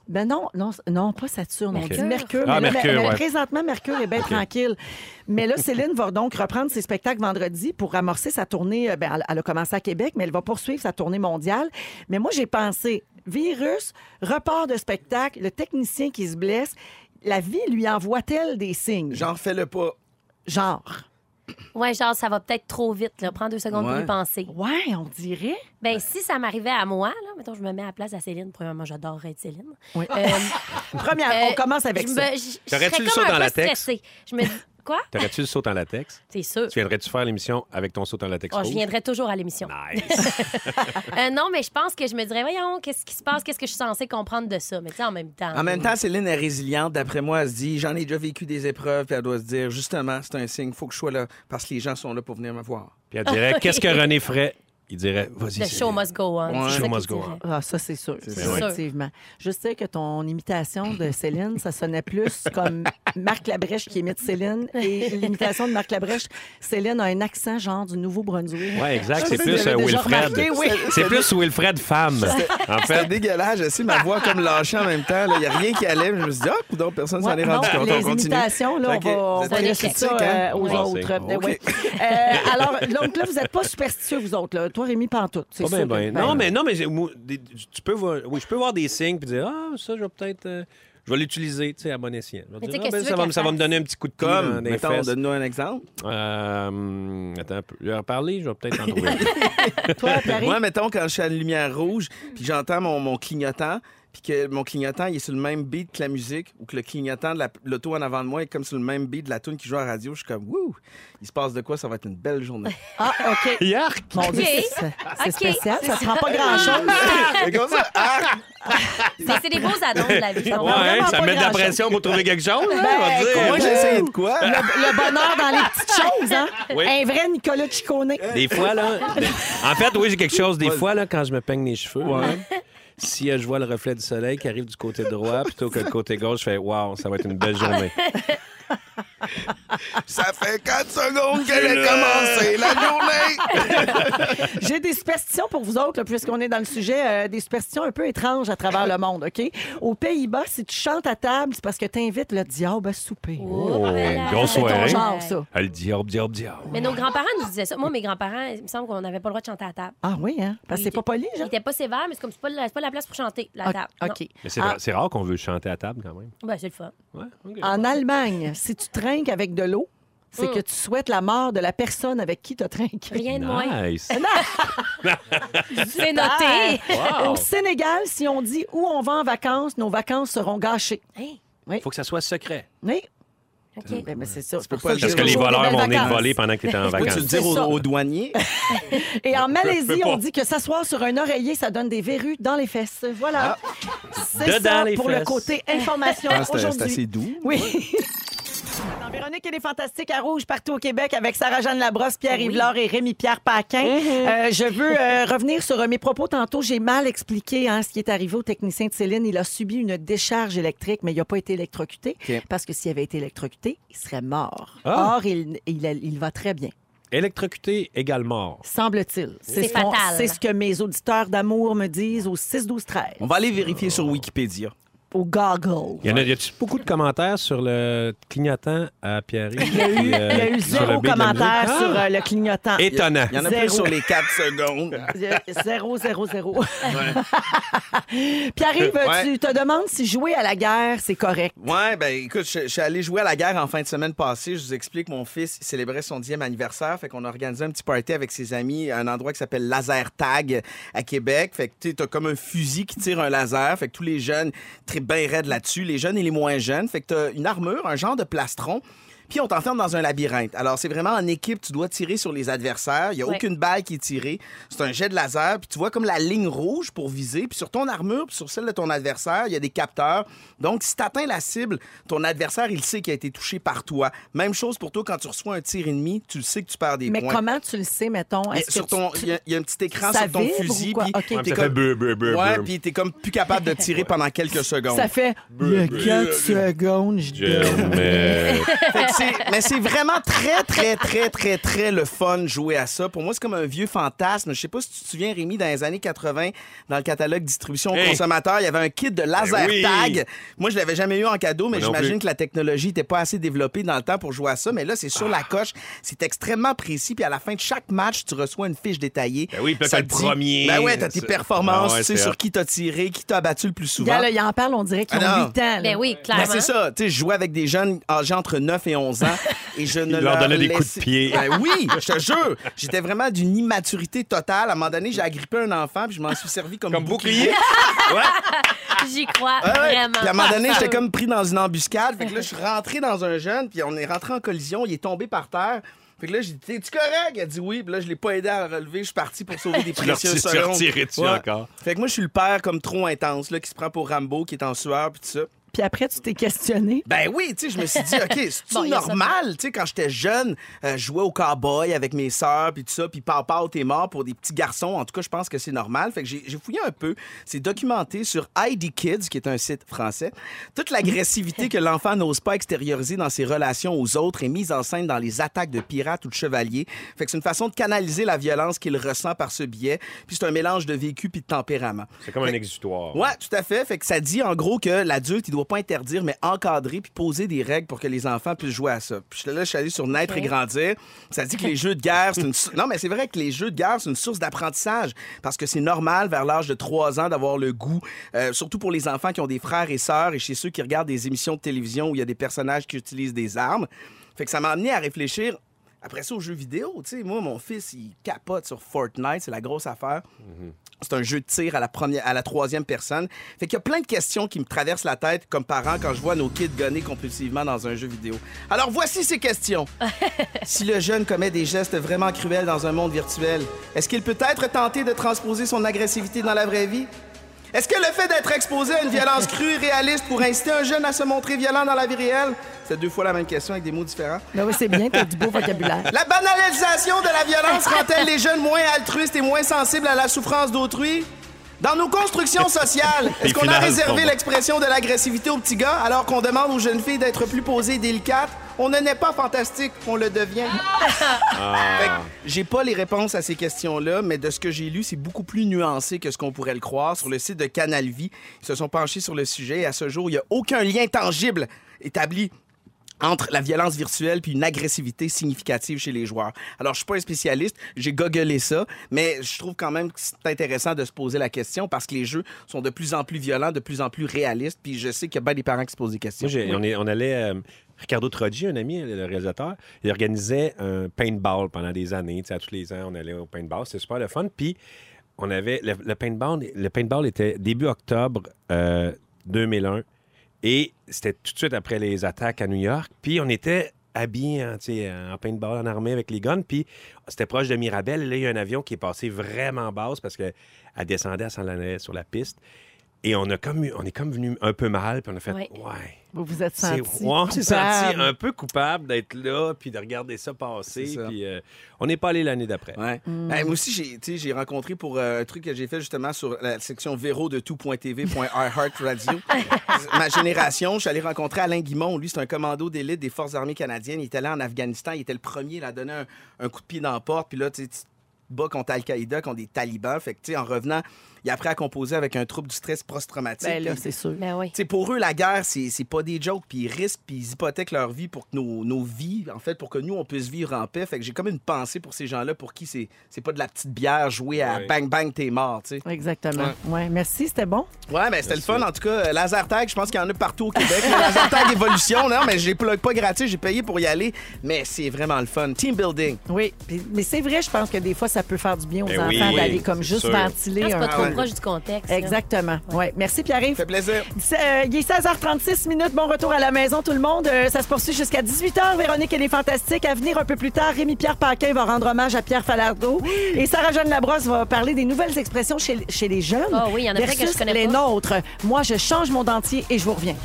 S1: Ben non, non, non pas Saturne, on
S3: Mercure.
S1: dit Mercure.
S3: Ah,
S1: mais là,
S3: Mercure,
S1: mais- mais
S3: ouais.
S1: Présentement, Mercure est bien tranquille. Mais là, Céline va donc reprendre ses spectacles vendredi pour amorcer sa tournée. euh, Ben, elle, elle a commencé à Québec, mais elle va poursuivre sa tournée mondiale. Mais moi, j'ai pensé, virus, report de spectacle, le technicien qui se blesse, la vie lui envoie-t-elle des signes?
S2: Genre, fais-le pas.
S1: Genre.
S4: Ouais, genre, ça va peut-être trop vite, là. Prends deux secondes pour
S2: Ouais.
S4: y penser.
S1: Ouais, on dirait.
S4: Ben, si ça m'arrivait à moi, là, mettons, je me mets à la place à Céline. Premièrement, j'adorerais être Céline.
S1: Oui.
S4: Euh,
S1: Première,
S3: Euh,
S1: on commence avec
S4: je
S1: ça.
S4: me- je- je
S3: T'aurais-tu
S4: serais
S3: le
S4: comme
S3: saut
S4: un
S3: dans
S4: peu
S3: la texte?
S4: stressée. Je me dis, quoi?
S3: T'aurais-tu le saut en latex?
S4: C'est sûr.
S3: Tu viendrais-tu faire l'émission avec ton saut en latex?
S4: Oh, je
S3: rose?
S4: viendrai toujours à l'émission. Euh, non, mais je pense que je me dirais, voyons, qu'est-ce qui se passe? Qu'est-ce que je suis censée comprendre de ça? Mais tu sais, en même temps.
S2: En même temps, Céline est résiliente. D'après moi, elle se dit J'en ai déjà vécu des épreuves, puis elle doit se dire Justement, c'est un signe, faut que je sois là, parce que les gens sont là pour venir me voir.
S3: Puis elle dirait, qu'est-ce que René ferait? Il dirait, vas-y.
S4: The
S3: Céline.
S4: show must go on.
S3: Ouais.
S4: C'est
S3: Show
S4: ça
S3: must
S4: qu'il
S3: go
S4: dirait.
S3: on.
S1: Ah, ça, c'est sûr.
S3: C'est
S1: C'est
S3: sûr.
S1: Effectivement. Je sais que ton imitation de Céline, ça sonnait plus comme Marc Labrèche qui imite Céline. Et l'imitation de Marc Labrèche, Céline a un accent genre du Nouveau-Brunswick.
S3: Ouais, exact.
S1: Je
S3: C'est
S1: sais,
S3: plus
S1: j'avais
S3: euh,
S1: déjà
S3: Wilfred.
S1: remarqué, oui.
S3: C'est plus Wilfred femme. En
S2: C'était
S3: fait,
S2: dégueulasse. J'ai essayé de ma voix comme lâchée en même temps. là. Il n'y a rien qui allait. Je me suis dit Ah, coudonc, personne s'en
S1: Ouais,
S2: est rendu
S1: non,
S2: compte.
S1: les
S2: On continue.
S1: imitations, là, on
S2: Ok,
S1: va- on
S2: vous êtes
S1: va
S2: des
S1: laisser ça,
S2: critiques, hein?
S1: euh, aux
S2: Ouais.
S1: autres. Ben
S2: Ok.
S1: oui. Euh, alors, donc là, vous n'êtes pas superstitieux, vous autres. Là. Toi, Rémi, pantoute. c'est
S3: Pas bien,
S1: sûr que- ben,
S3: bien.
S4: Ben
S3: Non, mais, non, mais j'ai- moi, des- tu peux voir, oui, je peux voir des signes puis dire, ah, ça, je vais peut-être. euh, je vais l'utiliser, tu sais, à bon escient. Je vais
S4: Mais
S3: dire,
S4: tu sais,
S3: ah,
S4: qu'est-ce
S3: ben,
S4: que tu
S3: ça,
S4: veux
S3: va,
S4: qu'elle
S3: me- ça va me
S4: fasse?
S3: donner un petit coup de com'
S2: Comme,
S3: dans les
S2: mettons,
S3: fesses.
S2: donne-nous un exemple.
S3: Euh, hum, attends un peu. Lui en parler, je vais peut-être en trouver.
S2: Moi, mettons, quand je suis à la lumière rouge, puis j'entends mon, mon clignotant, puis que mon clignotant, il est sur le même beat que la musique, ou que le clignotant de la- l'auto en avant de moi est comme sur le même beat de la tune qui joue à la radio, je suis comme, wouh, il se passe de quoi, ça va être une belle journée.
S1: Ah, OK.
S3: Yark!
S1: Mon Dieu,
S4: Ok.
S1: c'est- c'est c'est
S4: Ok.
S1: spécial.
S4: C'est
S1: Ça
S4: ça.
S1: prend pas grand-chose.
S2: C'est comme ça, ah!
S4: C'est c'est des beaux annonces de la vie.
S3: Ouais,
S4: On parle
S3: hein,
S4: vraiment
S3: ça met
S4: pas
S3: de la
S4: grand-chose.
S3: pression pour trouver quelque chose,
S1: Ben,
S3: hein, on va dire.
S1: écoute,
S2: Moi, j'ai essayé de quoi?
S1: Le, le bonheur dans les petites choses, hein?
S3: Oui.
S1: Un vrai Nicolas Ciccone.
S3: Des fois, là. En fait, oui, j'ai quelque chose. Des fois, là, quand je me peigne les cheveux, là, si euh, je vois le reflet du soleil qui arrive du côté droit plutôt que du côté gauche, je fais Waouh, ça va être une belle journée.
S2: Ça fait 4 secondes qu'elle a commencé la journée.
S1: J'ai des superstitions pour vous autres, là, puisqu'on est dans le sujet, euh, des superstitions un peu étranges à travers le monde, OK? Aux Pays-Bas, si tu chantes à table, c'est parce que tu invites le diable à souper.
S3: Oh, une grosse
S1: C'est ton
S3: soirée.
S1: genre, ça.
S3: Ah, Le diable, diable, diable.
S4: Mais nos grands-parents nous disaient ça. Moi, mes grands-parents, il me semble qu'on n'avait pas le droit de chanter à table.
S1: Ah oui, hein? Parce que c'est pas poli,
S4: Ils
S1: genre.
S4: n'étaient pas sévères, mais c'est comme c'est pas, la- c'est pas la place pour chanter, la table. Non.
S1: OK.
S3: Mais c'est,
S1: Ah.
S3: ra- c'est rare qu'on veut chanter à table quand même.
S4: Ben, c'est le fun.
S3: Ouais, OK.
S1: En Allemagne, si tu trinques avec de l'eau, c'est
S4: Mm.
S1: que tu souhaites la mort de la personne avec qui tu as trinqué.
S4: Rien de moins.
S3: Nice.
S4: C'est noté.
S3: Wow.
S1: Au Sénégal, si on dit où on va en vacances, nos vacances seront gâchées.
S3: Faut que ça soit secret.
S1: Oui.
S4: OK.
S1: Ben, ben, c'est ça. c'est pour ça
S3: Parce que les
S1: toujours des
S3: voleurs
S1: belles
S3: vont venir
S1: vacances.
S3: voler pendant que tu es en
S2: Faut-tu
S3: vacances.
S2: le dire aux, aux douaniers?
S1: Et en
S3: Je
S1: Malaisie,
S3: peux pas.
S1: on dit que s'asseoir sur un oreiller, ça donne des verrues dans les fesses. Voilà. C'est
S3: Ah. Dedans
S1: ça
S3: les
S1: pour le
S3: fesses.
S1: côté information
S2: Ah, c'est- c'est
S1: aujourd'hui.
S2: assez doux.
S1: Oui. Dans Véronique, elle est fantastique à Rouge partout au Québec avec Sarah-Jeanne Labrosse, Pierre Yvelore et Rémi-Pierre Paquin. Euh, je veux euh, revenir sur euh, mes propos tantôt. J'ai mal expliqué hein, ce qui est arrivé au technicien de Céline. Il a subi une décharge électrique, mais il n'a pas été électrocuté
S2: OK.
S1: parce que s'il avait été électrocuté, il serait mort.
S3: Ah.
S1: Or, il- il- il va très bien.
S3: Électrocuté égale mort.
S1: Semble-t-il.
S4: C'est
S1: ce qu'on-
S4: fatal.
S1: C'est ce que mes auditeurs d'amour me disent au 6-12-13.
S2: On va aller vérifier sur Wikipédia.
S1: Au goggle.
S3: Il y en a, y a-tu beaucoup de commentaires sur le clignotant à Pierre? Il
S1: Il y
S2: Euh,
S1: a eu zéro commentaire sur
S2: Ah!
S1: euh, le clignotant.
S3: Étonnant.
S2: Il y en a
S1: Zéro.
S2: plus sur les 4 secondes.
S1: Euh, Zéro, zéro, zéro. Pierre-Yves,
S2: Ouais.
S1: tu te demandes si jouer à la guerre, c'est correct.
S2: Ouais, ben écoute, je, je suis allé jouer à la guerre en fin de semaine passée. Je vous explique, mon fils il célébrait son 10e anniversaire. Fait qu'on a organisé un petit party avec ses amis à un endroit qui s'appelle Laser Tag à Québec. Fait que tu sais, t'as comme un fusil qui tire un laser. Fait que tous les jeunes très bien raides là-dessus, les jeunes et les moins jeunes. Fait que t'as une armure, un genre de plastron. Puis on t'enferme dans un labyrinthe. Alors, c'est vraiment en équipe, tu dois tirer sur les adversaires. Il n'y a
S4: Ouais.
S2: aucune balle qui est tirée. C'est un jet de laser. Puis tu vois comme la ligne rouge pour viser. Puis sur ton armure, puis sur celle de ton adversaire, il y a des capteurs. Donc, si tu atteins la cible, ton adversaire, il sait qu'il a été touché par toi. Même chose pour toi quand tu reçois un tir ennemi, tu le sais que tu perds des
S1: Mais
S2: points.
S1: comment tu le sais, mettons?
S2: Mais
S1: Est-ce que
S2: sur
S1: tu-
S2: ton-
S1: tu-
S2: Il y, a- il y a un petit écran
S1: ça
S2: sur ton
S1: vibre ou
S2: fusil.
S1: quoi?
S2: Puis
S1: Ok. Ouais, mais
S3: Ça
S2: t'es
S3: fait
S2: comme...
S3: bleu, bleu, bleu,
S2: Ouais,
S3: bleu.
S2: puis t'es comme plus capable de tirer pendant quelques secondes.
S1: Ça fait le 4 secondes, je donne.
S3: Mais-
S2: Fait que c'est- mais c'est vraiment très, très, très, très, très le fun de jouer à ça. Pour moi, c'est comme un vieux fantasme. Je sais pas si tu te souviens, Rémi, dans les années 80, dans le catalogue distribution
S3: Hey.
S2: consommateur, il y avait un kit de laser
S3: Ben oui.
S2: tag. Moi, je l'avais jamais eu en cadeau, mais
S3: Moi non
S2: j'imagine
S3: plus.
S2: que la technologie n'était pas assez développée dans le temps pour jouer à ça. Mais là, c'est sur la
S3: Ah.
S2: coche. C'est extrêmement précis. Puis à la fin de chaque match, tu reçois une fiche détaillée.
S3: Ben oui, puis là,
S2: Ça
S3: t'as le
S2: te dit-
S3: premier.
S2: Ben ouais, t'as tes
S3: C'est- Ah
S2: performances,
S3: ouais,
S2: tu sais,
S3: c'est
S2: sur
S3: hot.
S2: qui t'as tiré, qui t'a battu le plus souvent.
S1: Gars, là, il en parle, on dirait qu'ils
S2: Ah
S1: ont
S2: non.
S1: 8 ans. là.
S4: Ben oui,
S2: Ben,
S4: clairement.
S2: c'est ça. Tu sais, je jouais avec des jeunes âgés entre 9 et 11 ans et je ne
S3: leur donnait des coups de
S2: laissais-
S3: pied.
S2: Ben oui, je te jure. J'étais vraiment d'une immaturité totale. À un moment donné, j'ai agrippé un enfant puis je m'en suis servi comme,
S3: Comme
S2: bouclier.
S3: bouclier.
S4: J'y crois
S2: Ouais, ouais.
S4: vraiment.
S2: Puis à un moment donné, j'étais comme pris dans une embuscade. Fait que là, je suis rentré dans un jeune, puis on est rentré en collision. Il est tombé par terre. Fait que là, j'ai dit, t'es-tu correct? Il a dit oui. Puis là, je l'ai pas aidé à le relever. Je suis parti pour sauver des
S3: Tu leur
S2: précieuses
S3: tires- tu leur
S2: secondes.
S3: tirais dessus encore.
S2: Fait que moi, je suis le père comme trop intense, là, qui se prend pour Rambo, qui est en sueur, puis tout ça.
S1: Puis après, tu t'es questionné.
S2: Ben oui, tu sais, je me suis dit, OK, c'est-tu
S4: Bon, il y a ça.
S2: normal? Tu sais, quand j'étais jeune, euh, je jouais au cowboy avec mes sœurs, puis tout ça, puis papa, t'es mort pour des petits garçons. En tout cas, je pense que c'est normal. Fait que j'ai j'ai fouillé un peu. C'est documenté sur ID Kids, qui est un site français. Toute l'agressivité que l'enfant n'ose pas extérioriser dans ses relations aux autres est mise en scène dans les attaques de pirates ou de chevaliers. Fait que c'est une façon de canaliser la violence qu'il ressent par ce biais. Puis c'est un mélange de vécu puis de tempérament.
S3: C'est comme un exutoire.
S2: Ouais, tout à fait. Fait que ça dit en gros que l'adulte, il doit pas interdire, mais encadrer puis poser des règles pour que les enfants puissent jouer à ça. Puis là, je suis allé sur Naître et grandir. Ça dit que les jeux de guerre, c'est une sou- non, mais c'est vrai que les jeux de guerre, c'est une source d'apprentissage parce que c'est normal vers l'âge de 3 ans d'avoir le goût, euh, surtout pour les enfants qui ont des frères et sœurs et chez ceux qui regardent des émissions de télévision où il y a des personnages qui utilisent des armes. Fait que ça m'a amené à réfléchir après ça, aux jeux vidéo, tu sais, moi, mon fils, il capote sur Fortnite, c'est la grosse affaire. C'est un jeu de tir à la, première, à la troisième personne. Fait qu'il y a plein de questions qui me traversent la tête comme parent quand je vois nos kids gonner compulsivement dans un jeu vidéo. Alors voici ces questions. si le jeune commet des gestes vraiment cruels dans un monde virtuel, est-ce qu'il peut être tenté de transposer son agressivité dans la vraie vie? Est-ce que le fait d'être exposé à une violence crue, réaliste, pour inciter un jeune à se montrer violent dans la vie réelle? C'est deux fois la même question avec des mots différents.
S1: Ben oui, c'est bien, t'as du beau vocabulaire.
S2: La banalisation de la violence rend-elle les jeunes moins altruistes et moins sensibles à la souffrance d'autrui? Dans nos constructions sociales,
S3: T'es
S2: est-ce qu'on a
S3: final,
S2: réservé
S3: ton-
S2: l'expression de l'agressivité aux petits gars alors qu'on demande aux jeunes filles d'être plus posées et délicates? On ne naît pas fantastique, on le devient. Fait que j'ai pas les réponses à ces questions-là, mais de ce que j'ai lu, c'est beaucoup plus nuancé que ce qu'on pourrait le croire. Sur le site de Canal Vie, ils se sont penchés sur le sujet et à ce jour, il n'y a aucun lien tangible établi entre la violence virtuelle puis une agressivité significative chez les joueurs. Alors, je suis pas un spécialiste, j'ai goguelé ça, mais je trouve quand même que c'est intéressant de se poser la question parce que les jeux sont de plus en plus violents, de plus en plus réalistes, puis je sais qu'il y a bien des parents qui se posent des questions.
S3: Moi, j'ai- on, est- on allait. euh, Ricardo Troggi, un ami, le réalisateur, il organisait un paintball pendant des années. Tu sais, à tous les ans, on allait au paintball. C'était super le fun. Puis, on avait. Le, le paintball, le paintball était début octobre euh, 2001. Et c'était tout de suite après les attaques à New York. Puis, on était habillés en, tu sais, en paintball, en armée avec les guns. Puis, c'était proche de Mirabel. Et là, il y a un avion qui est passé vraiment basse parce qu'elle descendait, elle s'en allait sur la piste. Et on, a comme, eu- on est comme venu un peu mal. Puis, on a fait
S1: Ouais.
S3: Ouais.
S1: Vous vous êtes
S3: C'est-
S1: senti.
S3: ouais, on s'est
S1: coupable.
S3: senti un peu coupable d'être là, puis de regarder ça passer. Puis euh, on n'est pas allé l'année d'après.
S2: Ben, moi aussi, j'ai, tu sais, j'ai rencontré pour euh, un truc que j'ai fait justement sur la section véro de tout.tv.iHeartRadio. Ma génération, je suis allé rencontrer Alain Guimond. Lui, c'est un commando d'élite des Forces armées canadiennes. Il était allé en Afghanistan. Il était le premier là, à donner un, un coup de pied dans la porte. Puis là, tu sais, tu te bats contre Al-Qaïda, contre des talibans. Fait que, tu sais, en revenant, il a appris à composer avec un trouble du stress post-traumatique.
S1: Ben là,
S2: Puis-
S1: c'est sûr.
S2: tu sais, pour eux, la guerre, c'est c'est pas des jokes, puis ils risquent, puis ils hypothèquent leur vie pour que nos, nos vies, en fait, pour que nous, on puisse vivre en paix. Fait que j'ai comme une pensée pour ces gens-là pour qui c'est c'est pas de la petite bière jouée à
S1: Ouais.
S2: bang bang, t'es mort, tu sais.
S1: Exactement.
S2: Ouais.
S1: Ouais, merci, c'était bon.
S2: Ouais, mais c'était le fun. En tout cas, euh, Laser Tag, je pense qu'il y en a partout au Québec. Le Laser Tag Évolution, non, mais je les plug pas gratuit, j'ai payé pour y aller. Mais c'est vraiment le fun. Team building.
S1: Oui, puis- mais c'est vrai, je pense que des fois, ça peut faire du bien aux
S2: Ben
S1: enfants
S2: oui,
S1: d'aller
S2: oui,
S1: comme
S2: c'est
S1: juste
S2: sûr.
S1: ventiler.
S2: Ah, c'est pas
S1: un
S2: trop
S1: peu.
S2: proche du
S4: contexte, là.
S1: Exactement. Ouais. Merci, Pierre-Yves.
S2: fait plaisir.
S1: euh, il est 16h36 minutes. Bon retour à la maison, tout le monde. Euh, ça se poursuit jusqu'à 18h. Véronique, elle est fantastique. À venir un peu plus tard, Rémi-Pierre Paquin va rendre hommage à Pierre Falardeau. Et Sarah-Jeanne Labrosse va parler des nouvelles expressions chez, chez les jeunes.
S4: Ah oui, il y en a plein que
S1: versus
S4: je connais
S1: les
S4: pas.
S1: nôtres. Moi, je change mon dentier et je vous reviens.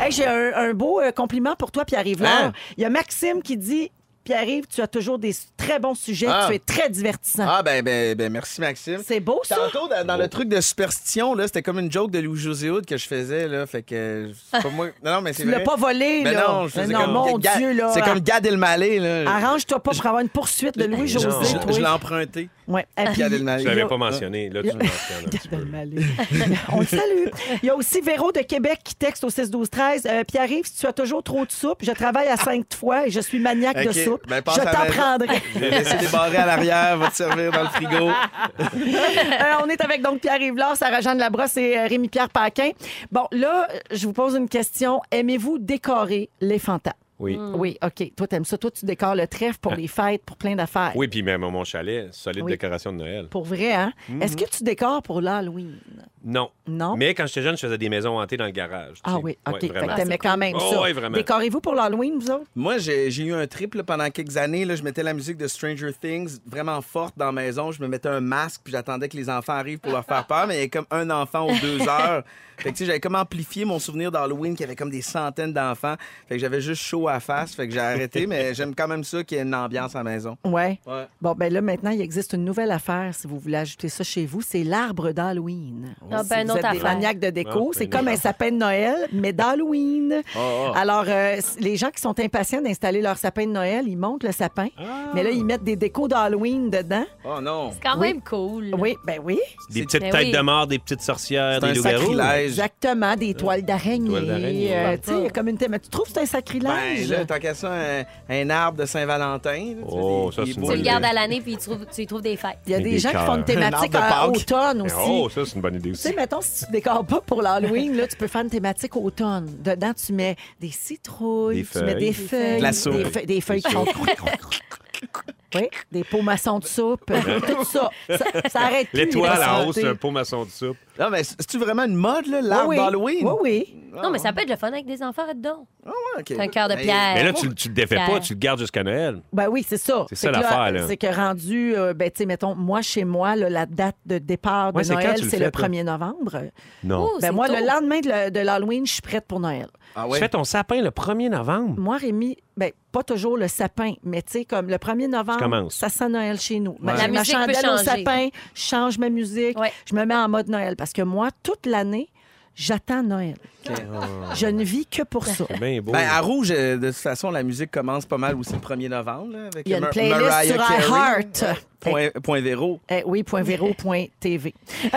S1: Hey, J'ai un, un beau euh, compliment pour toi, Pierre-Yves. Laure.
S2: Hein?
S1: Il y a Maxime qui dit Pierre-Yves, tu as toujours des très bons sujets,
S2: Ah.
S1: tu es très divertissant.
S2: Ah, ben, ben, ben, merci, Maxime.
S1: C'est beau, ça?
S2: Tantôt, dans, dans le truc de superstition, là, c'était comme une joke de Louis-José Hood que je faisais, là. Fait que. euh, c'est pas moi. Non, non, mais c'est
S1: Tu l'as
S2: vrai.
S1: pas volé,
S2: Ben
S1: là.
S2: non, je
S1: Ben
S2: faisais
S1: non,
S2: comme.
S1: mon
S2: Ga-
S1: Dieu, là.
S2: C'est comme Gad Elmaleh, là.
S1: Arrange-toi pas pour avoir une poursuite de Louis-José.
S2: Euh, Non, je-
S1: toi.
S2: je l'ai emprunté.
S1: Ouais.
S2: Gad Elmaleh.
S3: Je l'avais pas mentionné. Là, tu
S1: Il y a-
S3: me mentionnes un petit peu.
S1: On le salue. Il y a aussi Véro de Québec qui texte au 6 12 13 Euh, Pierre-Yves, si tu as toujours trop de soupe, je travaille à cinq fois et je suis maniaque de
S2: Ok,
S1: soupe.
S2: ben, passe
S1: je
S2: à la
S1: t'en
S2: maison.
S1: prendrai.
S2: Je vais laisser des barrés à l'arrière, va te servir dans le frigo.
S1: Euh, on est avec donc Pierre Yvelard, Sarah-Jeanne Labrosse et euh, Rémi-Pierre Paquin. Bon, là, je vous pose une question. Aimez-vous décorer les fantasmes?
S3: Oui. Mm.
S1: Oui, OK. Toi, t'aimes ça. Toi, tu décores le trèfle
S2: Ah.
S1: pour les fêtes, pour plein d'affaires.
S3: Oui, puis même mon chalet, solide
S1: Oui.
S3: décoration de Noël.
S1: Pour vrai, hein?
S2: Hmm.
S3: Mhm.
S1: Est-ce que tu décores pour l'Halloween?
S3: Non.
S1: Non.
S3: Mais quand j'étais jeune, je faisais des maisons hantées dans le garage.
S1: Ah oui, OK.
S3: Ouais,
S1: fait
S3: vraiment.
S1: que t'aimais quand même
S3: Oh,
S1: ça.
S3: ouais, vraiment.
S1: Décorez-vous pour l'Halloween, vous autres?
S2: Moi, j'ai j'ai eu un trip là, pendant quelques années. Là, je mettais la musique de Stranger Things vraiment forte dans la maison. Je me mettais un masque, puis j'attendais que les enfants arrivent pour leur faire peur. Mais il y avait comme un enfant aux deux heures. Fait que, tu sais, j'avais comme amplifié mon souvenir d'Halloween, qu'il y avait comme des centaines d'enfants. Fait que j'avais juste chaud à la face. Fait que j'ai arrêté, mais j'aime quand même ça qu'il y ait une ambiance à la maison.
S1: Ouais.
S2: Ouais.
S1: Bon, ben là, maintenant, il existe une nouvelle affaire, si vous voulez ajouter ça chez vous, c'est l'arbre d'Halloween.
S4: Ah,
S1: Si
S4: ben,
S1: vous
S4: autre
S1: êtes des
S4: affaire.
S1: maniaques de déco,
S4: Ah,
S1: c'est
S4: une
S1: comme un
S4: autre
S1: sapin de Noël, mais d'Halloween.
S4: Ah, ah.
S1: Alors, euh, s- les gens qui sont impatients d'installer leur sapin de Noël, ils montent le sapin,
S3: Ah.
S1: mais là, ils mettent des décos d'Halloween dedans.
S2: Oh non!
S4: C'est quand
S1: Oui.
S4: même cool.
S1: Oui, ben oui.
S3: Des petites
S1: Ben
S3: têtes
S1: oui.
S3: de mort, des petites sorcières, des loups-garous.
S1: Exactement, des toiles d'araignée.
S3: Euh, Toiles d'araignée.
S1: euh, tu sais, il y a comme une thématique. Tu trouves que c'est un sacrilège?
S2: Ben, là, tant qu'à ça, un, un arbre de Saint-Valentin.
S3: Oh, ça, c'est une
S4: Tu le gardes à l'année puis tu, trouves- tu y trouves des fêtes.
S1: Il y a des, gens qui font une thématique
S3: Un
S1: à
S3: arbre de Pâques.
S1: automne aussi.
S3: Oh, ça, c'est une bonne idée
S1: Tu sais,
S3: aussi.
S1: mettons, si tu décores pas pour l'Halloween, là, tu peux faire une thématique automne. Dedans, tu mets des citrouilles,
S3: Des
S1: tu mets des
S3: feuilles.
S1: feuilles,
S3: De la
S1: des,
S3: soupe.
S1: feuilles- des feuilles
S3: Des
S1: qui font...
S3: soupes.
S1: Oui, des pots maçons de soupe, euh, tout ça. Ça, ça arrête plus.
S3: L'étoile
S1: les
S3: en haut,
S1: possibilités.
S3: c'est un pot maçon de soupe.
S2: Non, mais c'est-tu vraiment une mode, là, l'arbre
S1: Oui, oui.
S2: d'Halloween?
S1: Oui, oui.
S2: Ah,
S4: Non, mais ça peut être le fun avec des enfants dedans.
S2: OK. Ben,
S4: C'est un cœur de
S1: Euh,
S4: pierre.
S3: Mais là, tu, tu le défais pas,
S4: Pierre.
S3: tu le gardes jusqu'à Noël.
S1: Ben oui, c'est ça.
S3: C'est ça
S1: que là,
S3: l'affaire, là.
S1: C'est que rendu, euh, ben, tu sais, mettons, moi, chez moi, là, la date de départ de
S3: Ouais, c'est quand
S1: Noël,
S3: tu le
S1: c'est
S3: fais,
S1: le
S3: toi?
S1: 1er novembre.
S3: Non.
S1: ben moi, le lendemain de, le- de l'Halloween, je suis prête pour Noël.
S2: ah
S3: Tu fais ton sapin le 1er novembre.
S1: Moi, Rémi, ben, pas toujours le sapin, mais tu sais, comme le 1er
S3: Tu
S1: novembre,
S3: commences.
S1: ça sent Noël chez nous.
S3: Ouais.
S1: J'ai
S3: La
S1: ma
S4: musique peut
S1: chandelle au
S4: changer.
S1: sapin, je change ma musique, je me mets en mode Noël. Parce que moi, toute l'année, J'attends Noël. Je ne vis que pour ça.
S2: Ben,
S3: Oh.
S1: ah
S2: à Rouge, euh, de toute façon, la musique commence pas mal aussi le 1er novembre. là, avec
S1: Il y a une
S2: Mar-
S1: playlist
S2: Mariah
S1: sur
S2: Carey.
S1: iHeart.
S2: Point, point Véro.
S1: Eh oui, point véro, point TV.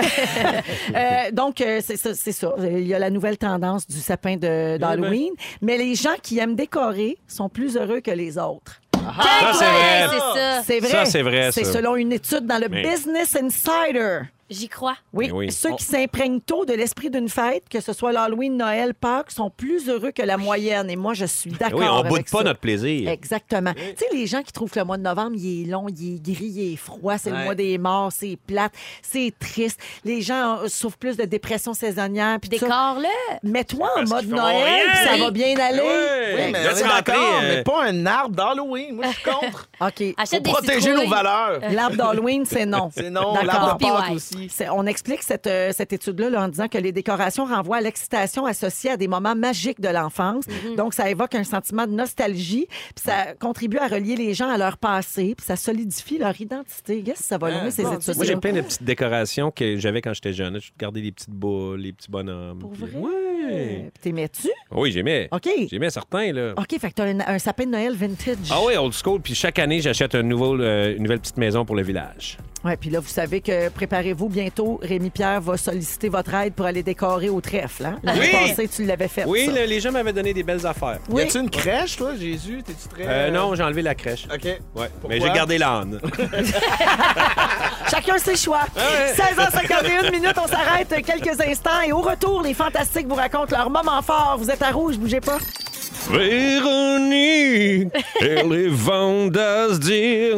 S1: Euh, donc, euh, c'est ça, c'est ça. Il y a la nouvelle tendance du sapin de- d'Halloween. Mais les gens qui aiment décorer sont plus heureux que les autres.
S2: Ah,
S3: Ça, c'est vrai.
S4: Ah, c'est ça.
S1: C'est vrai.
S3: Ça, c'est vrai,
S1: C'est
S3: ça.
S1: selon une étude dans le
S3: Mais-
S1: Business Insider.
S4: J'y crois.
S1: Oui,
S3: Mais oui.
S1: ceux qui
S3: On-
S1: s'imprègnent tôt de l'esprit d'une fête, que ce soit l'Halloween, Noël, Pâques, sont plus heureux que la moyenne. Et moi, je suis d'accord.
S3: Ben oui, on
S1: avec
S3: boude pas
S1: ça.
S3: notre plaisir.
S1: Exactement. Tu sais, les gens qui trouvent que le mois de novembre, il est long, il est gris, il est froid, c'est le
S3: Ouais.
S1: mois des morts, c'est plate, c'est triste. Les gens euh, souffrent plus de dépression saisonnière. puis tout ça.
S4: Décore-le.
S1: Mets-toi en mode
S4: qu'ils font
S1: Noël,
S4: rien.
S1: puis ça
S4: Oui.
S1: va bien aller.
S2: Oui, mais on est d'accord,
S3: euh,
S2: mais pas un arbre d'Halloween. Moi, je suis contre.
S1: OK.
S4: Ah,
S2: Achète Faut des protéger citrouilles. nos valeurs.
S1: L'arbre d'Halloween, c'est non.
S2: C'est non,
S1: D'accord.
S2: l'arbre de Pâques aussi.
S1: C'est- On explique cette, euh, cette étude-là là, en disant que les décorations renvoient à l'excitation associée à des moments magiques de l'enfance. Donc, ça évoque un sentiment de nostalgie, puis ça contribue à relier les gens à leur passé, puis ça solidifie leur identité. Qu'est-ce que ça va loin, ces études
S3: Moi, j'ai plein de petites décorations que j'avais quand j'étais jeune. Je gardais les petites boules, les petits bonhommes. Puis- Ouais.
S1: T'aimais-tu?
S3: Oui, j'aimais.
S1: Euh, OK.
S3: J'aimais certains, là.
S1: OK, fait que t'as un, un sapin de Noël vintage.
S3: Ah oui, old school. Puis chaque année, j'achète un nouveau, euh, une nouvelle petite maison pour le village.
S1: Ouais, puis là, vous savez que préparez-vous bientôt. Rémi Pierre va solliciter votre aide pour aller décorer au trèfle. Hein? L'année
S3: Oui!
S1: passée, tu l'avais fait.
S3: oui,
S1: ça.
S3: le- les gens m'avaient donné des belles affaires.
S1: Oui. Y a-tu
S2: une crèche, toi, Jésus? T'es-tu très... euh,
S3: Euh, non, j'ai enlevé la crèche.
S2: OK.
S3: Ouais.
S2: Pourquoi?
S3: Mais j'ai gardé l'âne.
S1: Chacun ses choix. 16h51 minutes, on s'arrête quelques instants et au retour, les fantastiques vous racontent leur moment fort. Vous êtes à rouge, bougez pas.
S3: Véronique, elle est vente à se dire.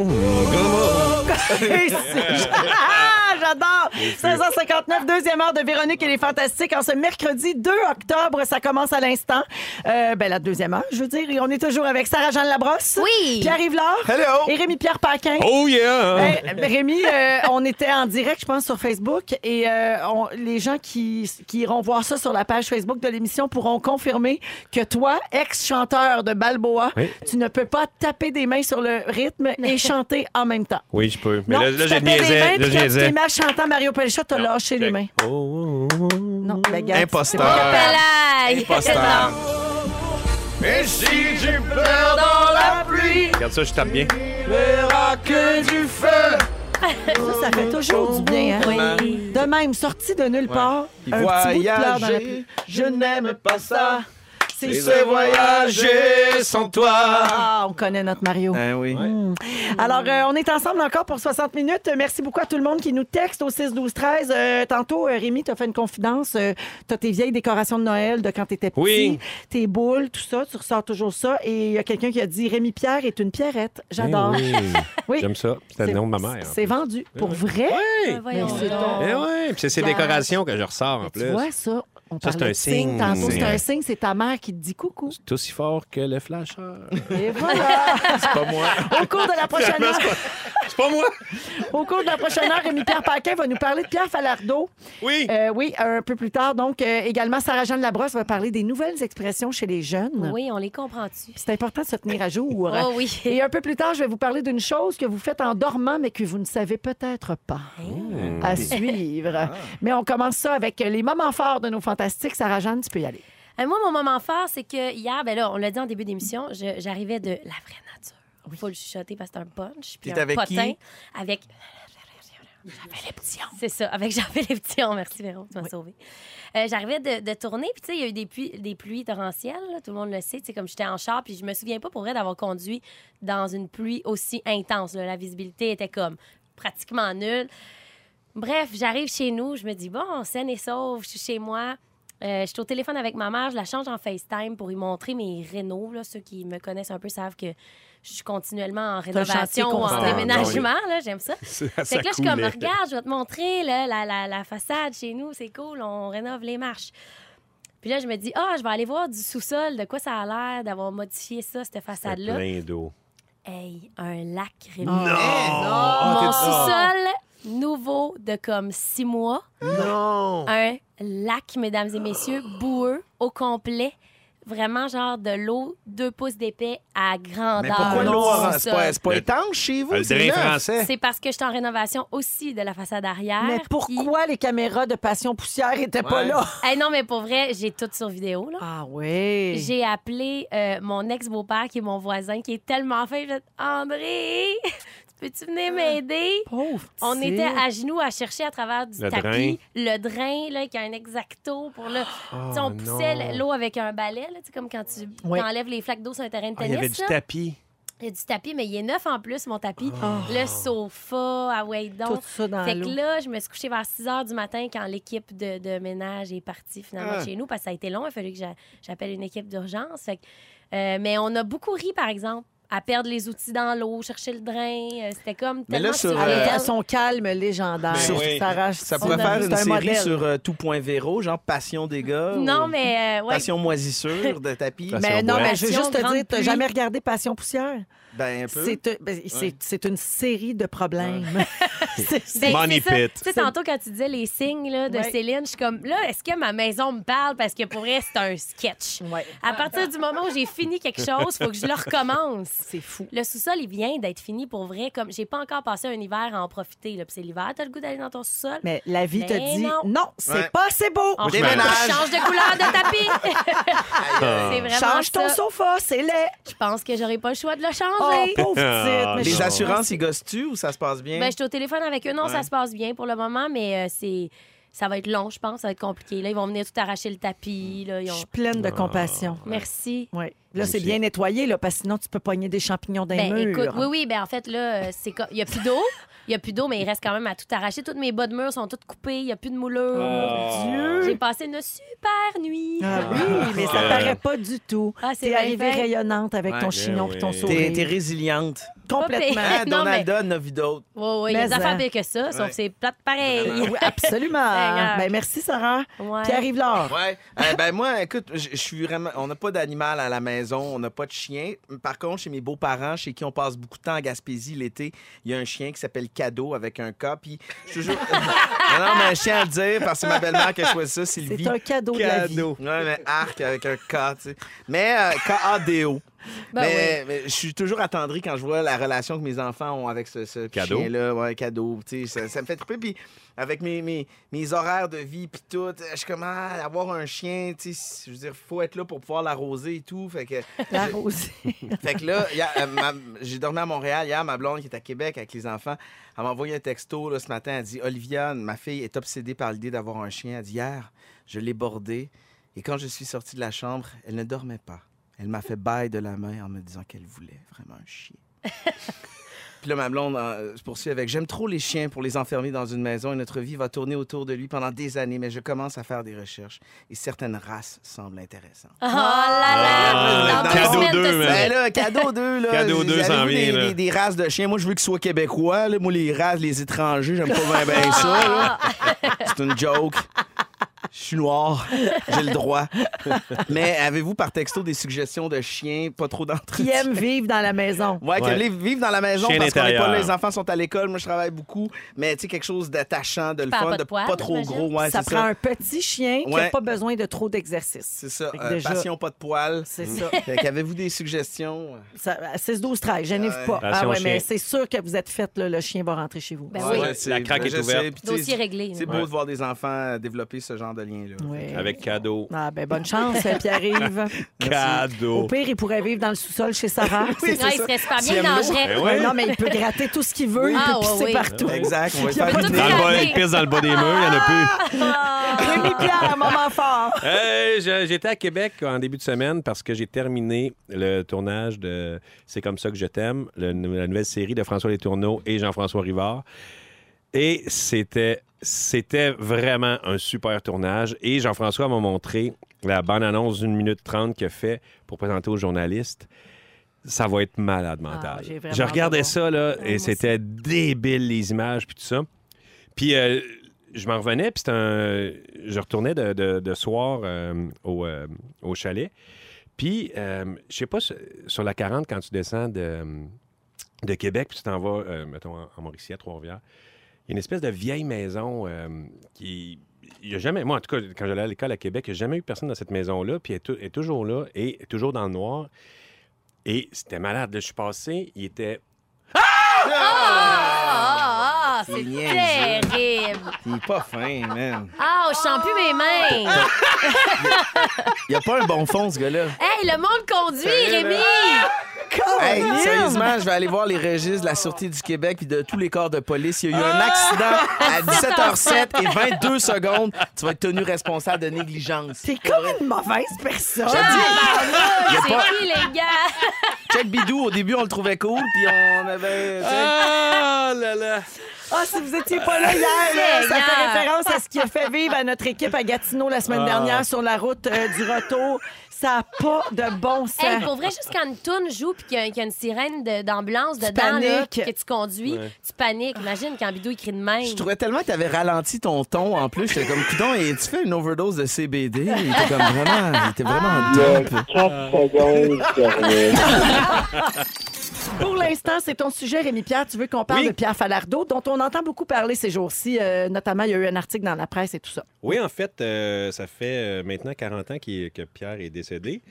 S1: Et c'est- Ah, J'adore! 16h59, deuxième heure de Véronique et les Fantastiques. En ce mercredi 2 octobre, ça commence à l'instant. Euh, ben, la deuxième heure, je veux dire. Et on est toujours avec Sarah-Jeanne Labrosse.
S4: Oui.
S1: Pierre-Yves Laure.
S4: Hello.
S1: Et Rémi-Pierre Paquin.
S3: Oh yeah!
S1: Ben, Rémi, euh, on était en direct, je pense, sur Facebook. Et euh, on- les gens qui, qui iront voir ça sur la page Facebook de l'émission pourront confirmer que toi, ex-chanteur de Balboa,
S3: Oui.
S1: tu ne peux pas taper des mains sur le rythme et chanter en même temps.
S3: Oui, je peux. Mais
S1: Non,
S3: là,
S1: tu
S3: là, j'ai
S1: tapais les
S3: niaisé. Là,
S1: mains, puis
S3: je
S1: quand tu t'es
S3: niaisais. Oh,
S1: mis à chanter à Mario Pelcha, t'as lâché les mains. Non, ben, regarde, c'est
S2: Imposteur.
S1: pas-
S3: Imposteur.
S2: Et si j'ai
S4: peur dans la
S2: pluie,
S3: Regarde ça, je tape bien.
S2: verra que du feu.
S1: Ça, ça fait toujours du bien. Hein? De même, sorti de nulle part,
S2: Puis
S1: un petit bout de pleurs dans la
S2: voyager,
S1: pluie.
S2: je n'aime pas ça.
S1: C'est
S2: se voyager sans toi.
S1: Ah, on connaît notre Mario.
S3: Eh
S2: Ben oui.
S1: Mm. Alors, euh, on est ensemble encore pour 60 minutes. Euh, Merci beaucoup à tout le monde qui nous texte au 6-12-13. Euh, tantôt, euh, Rémi, t'as fait une confidence. Euh, t'as tes vieilles décorations de Noël de quand t'étais petit.
S3: Oui.
S1: Tes boules, tout ça. Tu ressors toujours ça. Et il y a quelqu'un qui a dit Rémi Pierre est une pierrette. J'adore.
S3: Eh oui.
S1: Oui.
S3: J'aime ça. C'est le
S1: C'est-
S3: nom de ma mère. Eh
S1: C'est vendu. Pour vrai?
S4: Ben,
S3: Oui.
S1: Mais c'est
S3: Eh ouais, puis c'est ces
S1: Pierre.
S3: décorations que je ressors en plus.
S1: Tu vois ça? On
S3: Ça, c'est
S1: parlait
S3: un
S1: de signe.
S3: signe.
S1: Tantôt, c'est
S3: C'est-
S1: un signe. C'est ta mère qui te dit coucou.
S3: C'est aussi fort que le flasheur.
S1: Et voilà.
S2: C'est pas moi.
S1: Au cours de la prochaine heure.
S3: C'est pas moi.
S1: Au cours de la prochaine heure, Rémi-Pierre Paquin va nous parler de Pierre Falardeau.
S3: Oui.
S1: Euh, oui, un peu plus tard. Donc, euh, également, Sarah-Jeanne Labrosse va parler des nouvelles expressions chez les
S2: Eh
S1: jeunes.
S4: Oui, on les comprend-tu?
S1: C'est important de se tenir à jour.
S4: Oh oui.
S1: Et un peu plus tard, je vais vous parler d'une chose que vous faites en dormant, mais que vous ne savez peut-être pas. À suivre. Mais on commence ça avec les moments forts de nos fantastiques. Sarah-Jeanne, tu peux y aller.
S4: Euh, moi, mon moment fort, c'est que hier, ben là, on l'a dit en début d'émission, je- j'arrivais de la vraie nature. Il faut le chuchoter parce que c'est un punch. Puis
S2: T'es
S4: un
S2: avec qui?
S4: potin. Avec. J'avais les petits C'est ça, avec J'avais les petits on. Merci, Véro, tu m'as sauvée. Euh, j'arrivais de, de tourner, puis tu sais, il y a eu des pluies, des pluies torrentielles, là, tout le monde le sait. Tu sais, comme j'étais en char, puis je me souviens pas pour vrai d'avoir conduit dans une pluie aussi intense. là. La visibilité était comme pratiquement nulle. Bref, j'arrive chez nous, je me dis, bon, saine et sauve, je suis chez moi. Euh, je suis au téléphone avec ma mère, je la change en FaceTime pour y montrer mes rénaux. Là. Ceux qui me connaissent un peu savent que je suis continuellement en
S1: le chantier
S4: rénovation ou en
S1: constant.
S4: déménagement. là, J'aime ça.
S3: C'est-
S4: Fait
S3: ben ça
S4: que là, je suis comme,
S3: coulait.
S4: regarde, je vais te montrer là, la, la- la façade chez nous, c'est cool, on rénove les marches. Puis là, je me dis, ah, je vais aller voir du sous-sol, de quoi ça a l'air d'avoir modifié ça, cette façade-là.
S3: Plein d'eau.
S4: Hey, un lac Rémi.
S1: Non!
S3: Ah,
S4: Mon
S3: t'es- ah.
S4: sous-sol nouveau de comme six mois.
S2: Non.
S4: Un lac, mesdames et messieurs, boueux au complet. vraiment genre de l'eau, deux pouces d'épais à grandeur.
S2: Mais pourquoi l'eau orange? C'est pas,
S4: Ça.
S2: c'est pas étanche chez
S3: Ah,
S2: vous? c'est neuf.
S4: C'est parce que je suis en rénovation aussi de la façade arrière.
S1: Mais pourquoi les caméras de Passion Poussière étaient pas
S4: Ouais.
S1: là?
S4: Eh non, mais pour vrai, j'ai tout sur vidéo. Là.
S1: Ah oui.
S4: J'ai appelé euh, mon ex-beau-père, qui est mon voisin, qui est tellement fin. J'ai dit André, peux-tu
S1: Ah.
S4: venir m'aider? On
S11: petit.
S4: était à genoux à chercher à travers du
S11: Le
S4: tapis le drain, là, qui a un exacto pour le. Tu sais, on
S3: non.
S4: poussait l'eau avec un balai, là, tu sais, comme quand tu
S3: Oui.
S4: enlèves les flaques d'eau sur un terrain de
S3: Ah,
S4: tennis.
S3: il y avait du
S4: là.
S3: tapis.
S4: Il y a du tapis, mais il est neuf en plus, mon tapis. Le sofa, ah ouais, donc.
S1: Tout ça dans
S4: Fait que
S1: l'eau.
S4: là, je me suis couchée vers 6 h du matin quand l'équipe de, de ménage est partie finalement
S1: Ah.
S4: de chez nous parce que ça a été long. Il a fallu que j'a- j'appelle une équipe d'urgence. Fait que, euh, mais on a beaucoup ri, par exemple, à perdre les outils dans l'eau, chercher le drain. Euh, C'était comme
S1: Mais
S4: tellement
S2: là, sur,
S4: surréel.
S2: euh,
S1: Elles sont calmes, légendaires.
S2: Sur-
S1: Sarah,
S2: Ben Ça
S1: c'est
S2: pourrait
S1: un-
S2: faire
S1: c'est
S2: une
S1: un
S2: série
S1: modèle.
S2: sur euh, tout point véro, genre passion des
S1: Oh.
S2: gars.
S4: Non,
S2: ou
S4: mais, euh, ouais.
S2: Passion moisissure de tapis.
S1: Mais non, mais je veux juste te
S4: grande
S1: dire, t'as
S4: pluie.
S1: jamais regardé Passion Poussière?
S2: Ben, un peu.
S1: C'est un- ben, c'est-
S2: Ouais.
S1: c'est une série de problèmes. C'est-
S4: Ben,
S1: Money
S4: c'est ça.
S1: pit.
S4: Tu sais, tantôt, quand tu disais les signes là, de
S1: Ouais.
S4: Céline, je suis comme, là, est-ce que ma maison me parle? Parce que pour vrai, c'est un sketch. À partir du moment où j'ai fini quelque chose, faut que je le recommence. C'est
S1: fou.
S4: Le sous-sol, il vient d'être fini pour vrai. Comme j'ai pas encore passé un hiver à en profiter. Là, puis c'est l'hiver, t'as le goût d'aller dans ton sous-sol.
S1: Mais la vie te
S4: Mais
S1: dit,
S4: non.
S1: non, c'est
S4: Ouais.
S1: pas assez beau.
S4: On change de couleur de tapis. c'est vraiment
S1: Change ton
S4: ça.
S1: sofa, c'est laid.
S4: Je pense que j'aurais pas le choix de le
S1: Oh,
S4: changer.
S1: petite, mais
S2: Ah, Les
S1: je-
S2: assurances, ils gossent-tu ou ça se passe bien?
S4: Ben, je suis au téléphone avec eux. Non,
S2: Ouais.
S4: ça se passe bien pour le moment, mais euh, c'est. Ça va être long, je pense. Ça va être compliqué. Là, ils vont venir tout arracher le tapis. Là, ils ont-
S1: Je suis pleine
S2: Ah.
S1: de compassion.
S4: Merci.
S1: Ouais. Là, c'est bien nettoyé, là, parce que sinon, tu peux pogner des champignons d'un
S4: Ben,
S1: mur.
S4: écoute, oui, oui, ben en fait, là, euh, c'est co- il n'y a plus d'eau. Il n'y a plus d'eau, mais il reste quand même à tout arracher. Toutes mes bas de mur sont toutes coupées. Il n'y a plus de moulure.
S1: Oh, Dieu!
S4: J'ai passé une super nuit.
S1: Ah oui, mais ça
S2: Ok.
S1: paraît pas du tout.
S4: Ah, c'est
S1: T'es
S4: bien
S1: arrivée
S4: fait.
S1: rayonnante avec ton
S2: Ouais,
S1: chignon et
S2: ben
S1: ton
S2: oui.
S1: sourire.
S2: T'es- T'es résiliente.
S1: Complètement.
S2: Ah,
S4: Non, mais-
S2: Donalda, n'a vu d'autres.
S4: Oui, oui, il y a
S1: Mais
S4: des affaires
S1: en-
S4: pires que ça, sauf
S2: Ouais.
S4: que c'est plate pareil.
S1: Oui, absolument.
S4: Seigneur.
S1: ben, merci, Sarah.
S4: Ouais.
S1: Pierre-Yves Laure.
S2: Ouais. Euh, ben moi, écoute, je je suis vraiment. On n'a pas d'animal à la maison, on n'a pas de chien. Par contre, chez mes beaux-parents, chez qui on passe beaucoup de temps à Gaspésie l'été, il y a un chien qui s'appelle Cadeau avec un K. Puis je suis toujours. non, non, mais un chien à le dire parce que c'est ma belle-mère qui a choisi ça, Sylvie.
S1: C'est un cadeau de la
S2: Cadeau. Ouais, mais arc avec un K, tu sais. Mais euh, K-A-D-O.
S1: Ben
S2: mais, mais je suis toujours attendri quand je vois la relation que mes enfants ont avec ce, ce
S3: Cadeau.
S2: chien-là là, ouais, cadeau, tu sais, ça, ça me fait triper. Puis avec mes, mes, mes horaires de vie, puis tout, euh, je suis comme, ah, avoir un chien, tu sais, je veux dire, faut être là pour pouvoir l'arroser et tout. Fait que,
S1: L'arroser.
S2: fait que là, hier, euh, ma- j'ai dormi à Montréal hier, ma blonde qui est à Québec avec les enfants, elle m'a envoyé un texto là, ce matin, elle dit, Olivia, ma fille est obsédée par l'idée d'avoir un chien. Elle dit, hier, je l'ai bordée, et quand je suis sortie de la chambre, elle ne dormait pas. Elle m'a fait bail de la main en me disant qu'elle voulait vraiment un chien. Puis là, ma blonde euh, se poursuit avec J'aime trop les chiens pour les enfermer dans une maison et notre vie va tourner autour de lui pendant des années, mais je commence à faire des recherches et certaines races semblent intéressantes.
S4: Oh là là!
S2: Dans
S4: Dans deux
S2: mon-
S4: semaines, t'as ça.
S2: Ben là, cadeau 2, là.
S3: Cadeau deux
S2: Vous avez
S3: s'en
S2: vu
S3: vient,
S2: des,
S3: là.
S2: des- des races de chiens. Moi, je veux qu'ils soient québécois. là. Moi, les races, les étrangers, j'aime pas bien ben ça. là. C'est une joke. Je suis noir. J'ai le droit. Mais avez-vous par texto des suggestions de chiens pas trop d'entre
S1: Qui aime vivre dans la maison.
S2: Ouais, que les- vivre dans la maison
S1: Chien
S2: parce qu'on est pas là,
S1: d'intérieur.
S2: les enfants sont à l'école, moi je travaille beaucoup, mais tu sais quelque chose d'attachant, de le
S1: Pas à
S2: fun,
S1: pas
S2: de,
S1: de poils,
S2: pas trop
S1: j'imagine.
S2: gros, ouais,
S1: ça
S2: c'est
S1: prend un petit chien qui
S2: Ouais.
S1: n'a pas besoin de trop d'exercice.
S2: C'est ça,
S1: Fait que
S2: euh,
S1: déjà-
S2: passion pas de poils. C'est
S1: ça.
S2: avez-vous des suggestions
S1: Ça, à 6, 12, 13, gênez-vous
S2: Ouais.
S1: pas. Ah
S2: Passion
S1: ouais,
S2: chien.
S1: mais c'est sûr que vous êtes faite, là, le chien va rentrer chez vous.
S4: Ben
S2: Ouais,
S4: oui.
S2: ouais, c'est-
S3: La craque
S2: je
S3: est
S2: sais,
S3: ouverte.
S2: puis tu sais,
S4: Dossier réglé.
S2: C'est beau de voir des enfants euh, développer ce genre de lien-là.
S1: Ouais.
S3: Avec cadeau.
S1: Ah, ben bonne chance, hein, Pierre-Yves. Au
S2: Oh.
S3: Cadeau.
S1: pire, il pourrait vivre dans le sous-sol chez Sarah.
S4: Oui, Ouais, c'est Ah, il ça. serait super bien,
S1: S'il
S4: il
S1: aime
S4: nagerait.
S1: l'eau.
S3: Ben ouais.
S1: Non, mais il peut gratter tout ce qu'il veut, il
S4: Ah,
S1: peut
S4: ouais,
S1: pisser
S4: oui.
S1: partout.
S2: Exact, on va
S1: Il y a
S2: faire
S1: pas
S2: une
S1: de
S3: Dans le bas,
S1: gratter.
S3: il pisse dans le bas des murs, il n'y en a plus.
S4: Ah.
S1: Rémi Pierre, moment fort.
S3: Hey, Euh, je- J'étais à Québec en début de semaine parce que j'ai terminé le tournage de C'est comme ça que je t'aime, le- la nouvelle série de François Letourneau et Jean-François Rivard. Et c'était c'était vraiment un super tournage. Et Jean-François m'a montré la bande-annonce d'une minute trente qu'il a fait pour présenter aux journalistes. Ça va être malade mental.
S1: Ah, j'ai vraiment
S3: je regardais
S1: hâte de Ah,
S3: ça, là, et c'était débile, les images, puis tout ça. Puis euh, je m'en revenais, puis c'était un... Je retournais de, de- de soir euh, au, euh, au chalet. Puis, euh, je sais pas, sur- sur la 40, quand tu descends de, de Québec, puis tu t'en vas, euh, mettons, en, en Mauricie, à Trois-Rivières, il y a une espèce de vieille maison euh, qui il y a jamais, moi en tout cas, quand j'allais à l'école à Québec, il n'y a jamais eu personne dans cette maison-là, puis elle est tou- elle est toujours là et elle est toujours dans le noir. Et c'était malade. Là, je suis passé, il était.
S4: Ah! Ah! ah, C'est
S2: niaiseux.
S4: terrible!
S2: Il est pas fin, man.
S4: Ah, je sens plus mes mains!
S2: Ah. Il a pas un bon fond, ce gars-là.
S4: Hey, le monde conduit,
S2: Sérieux, là?
S4: Rémi!
S1: Ah,
S2: Hey,
S4: Colin!
S2: sérieusement, je vais aller voir les registres de la Sûreté du Québec puis de tous les corps de police. Il y a eu un
S1: Ah!
S2: accident à 17h07 et 22 secondes. Tu vas être tenu responsable de négligence.
S1: T'es comme une mauvaise personne.
S2: Je
S4: Ah,
S2: dis, il y a pas...
S4: C'est qui, les gars?
S2: Check Bidou, au début, on le trouvait cool, puis on avait... tu sais.
S3: Ah là là!
S1: Ah, si vous étiez pas là hier, là, ça fait
S4: Seigneur.
S1: référence à ce qui a fait vivre à notre équipe à Gatineau la semaine
S4: Ah.
S1: dernière sur la route euh, du retour. Ça n'a pas de bon sens.
S4: Hey, pour vrai, juste quand une toune joue puis qu'il y, a- qu'il y a une sirène de- d'ambulance dedans là,
S1: paniques.
S4: puis que tu conduis,
S2: Ouais.
S4: tu paniques. Imagine quand Bidou il crie de même.
S2: Je trouvais tellement que t'avais ralenti ton ton en plus. J'étais comme, coudon, et tu fais une overdose de CBD. Il était comme vraiment, il était vraiment en top.
S1: Pour l'instant, c'est ton sujet, Rémi-Pierre. Tu veux qu'on parle de Pierre Falardeau, dont on entend beaucoup parler ces jours-ci. euh, notamment, il y a eu un article dans la presse et tout ça.
S3: Oui, en fait, euh, ça fait euh, maintenant 40 ans qu'il- que Pierre est décédé.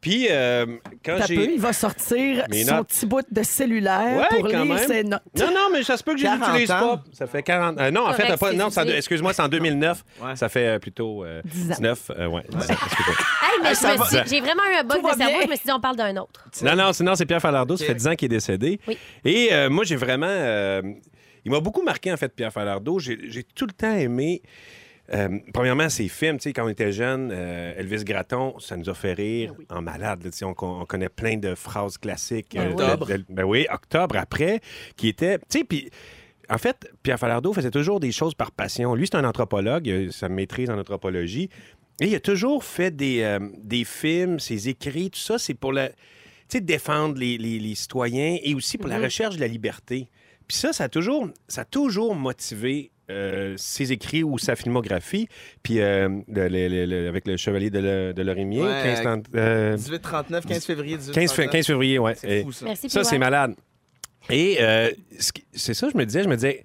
S3: Puis, euh, quand
S1: T'as
S3: j'ai.
S1: peu, il va sortir
S3: Mes
S1: son
S3: notes.
S1: petit bout de cellulaire
S3: Ouais,
S1: pour
S3: quand
S1: lire
S3: même.
S1: ses notes.
S3: Non, non, mais ça se peut que je l'utilise pas. Ça fait 40. euh, non, en
S1: Correct,
S3: fait, pas,
S1: c'est
S3: non, ça-
S1: utilisé.
S3: excuse-moi, c'est en 2009. Ça fait euh, plutôt euh,
S4: 10 ans.
S3: 19. euh, ouais, 10 ans, excuse-moi.
S4: Hey, mais
S3: Hey,
S4: je
S3: ça
S4: me
S3: va.
S4: suis- j'ai vraiment eu un bug
S1: Tout
S4: de
S1: va
S4: cerveau.
S1: bien.
S4: Je me suis dit, on parle d'un autre.
S3: Non, non, sinon, c'est Pierre Falardeau. Ça fait 10 ans qu'il est décédé.
S4: Oui.
S3: Et euh, moi, j'ai vraiment. euh, il m'a beaucoup marqué, en fait, Pierre Falardeau. J'ai j'ai tout le temps aimé. euh, premièrement, ses films, tu sais, quand on était jeune, Elvis Gratton, ça nous a fait
S5: Ah
S3: rire en malade. là, tu sais, on, on connaît plein de phrases classiques.
S5: Ben oui.
S3: de-
S5: Octobre.
S3: de- ben oui, octobre après, qui était, tu sais, puis en fait, Pierre Falardeau faisait toujours des choses par passion. Lui, c'est un anthropologue, il a sa maîtrise en anthropologie, et il a toujours fait des, euh, des films, ses écrits, tout ça, c'est pour la, tu sais, défendre les, les- les citoyens et aussi pour la
S5: Mhm.
S3: recherche de la liberté. Puis ça, ça a toujours, ça a toujours motivé euh, ses écrits ou sa filmographie. Puis euh, le- le- le- le- avec le Chevalier de, Le- de Lorimier,
S2: Ouais,
S3: 15 temps- euh,
S2: 18-39, 15 février, 18
S3: 15, fe- 15 février, ouais. Et
S2: fou, ça.
S4: Merci,
S3: ça,
S4: puis
S3: c'est
S4: ouais.
S3: malade. Et euh, ce qui- c'est ça, je me disais, je me disais,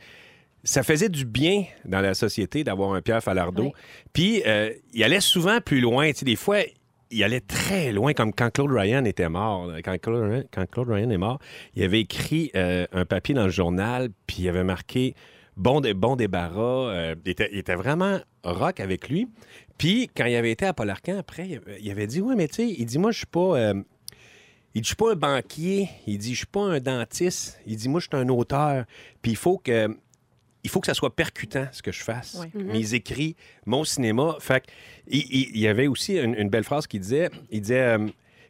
S3: ça faisait du bien dans la société d'avoir un Pierre Falardeau. Puis, euh, il allait souvent plus loin. Tu sais, des fois, il allait très loin, comme quand Claude Ryan était mort. là. Quand Claude, Ryan- quand Claude Ryan est mort, il avait écrit euh, un papier dans le journal, puis il avait marqué bon, dé- bon débarras. Euh, il, était, il était vraiment rock avec lui. Puis, quand il avait été à Polarcan, après, il avait, il avait dit Ouais, mais tu sais, il dit Moi, je suis pas. euh, il dit, je suis pas un banquier. Il dit, je suis pas un dentiste. Il dit, moi, je suis un auteur. Puis il faut que, il faut que ça soit percutant, ce que je fasse.
S5: Ouais. Mhm.
S3: Mes écrits, mon cinéma. Fait que, il, il- il y avait aussi une, une belle phrase qu'il disait. Il disait, euh,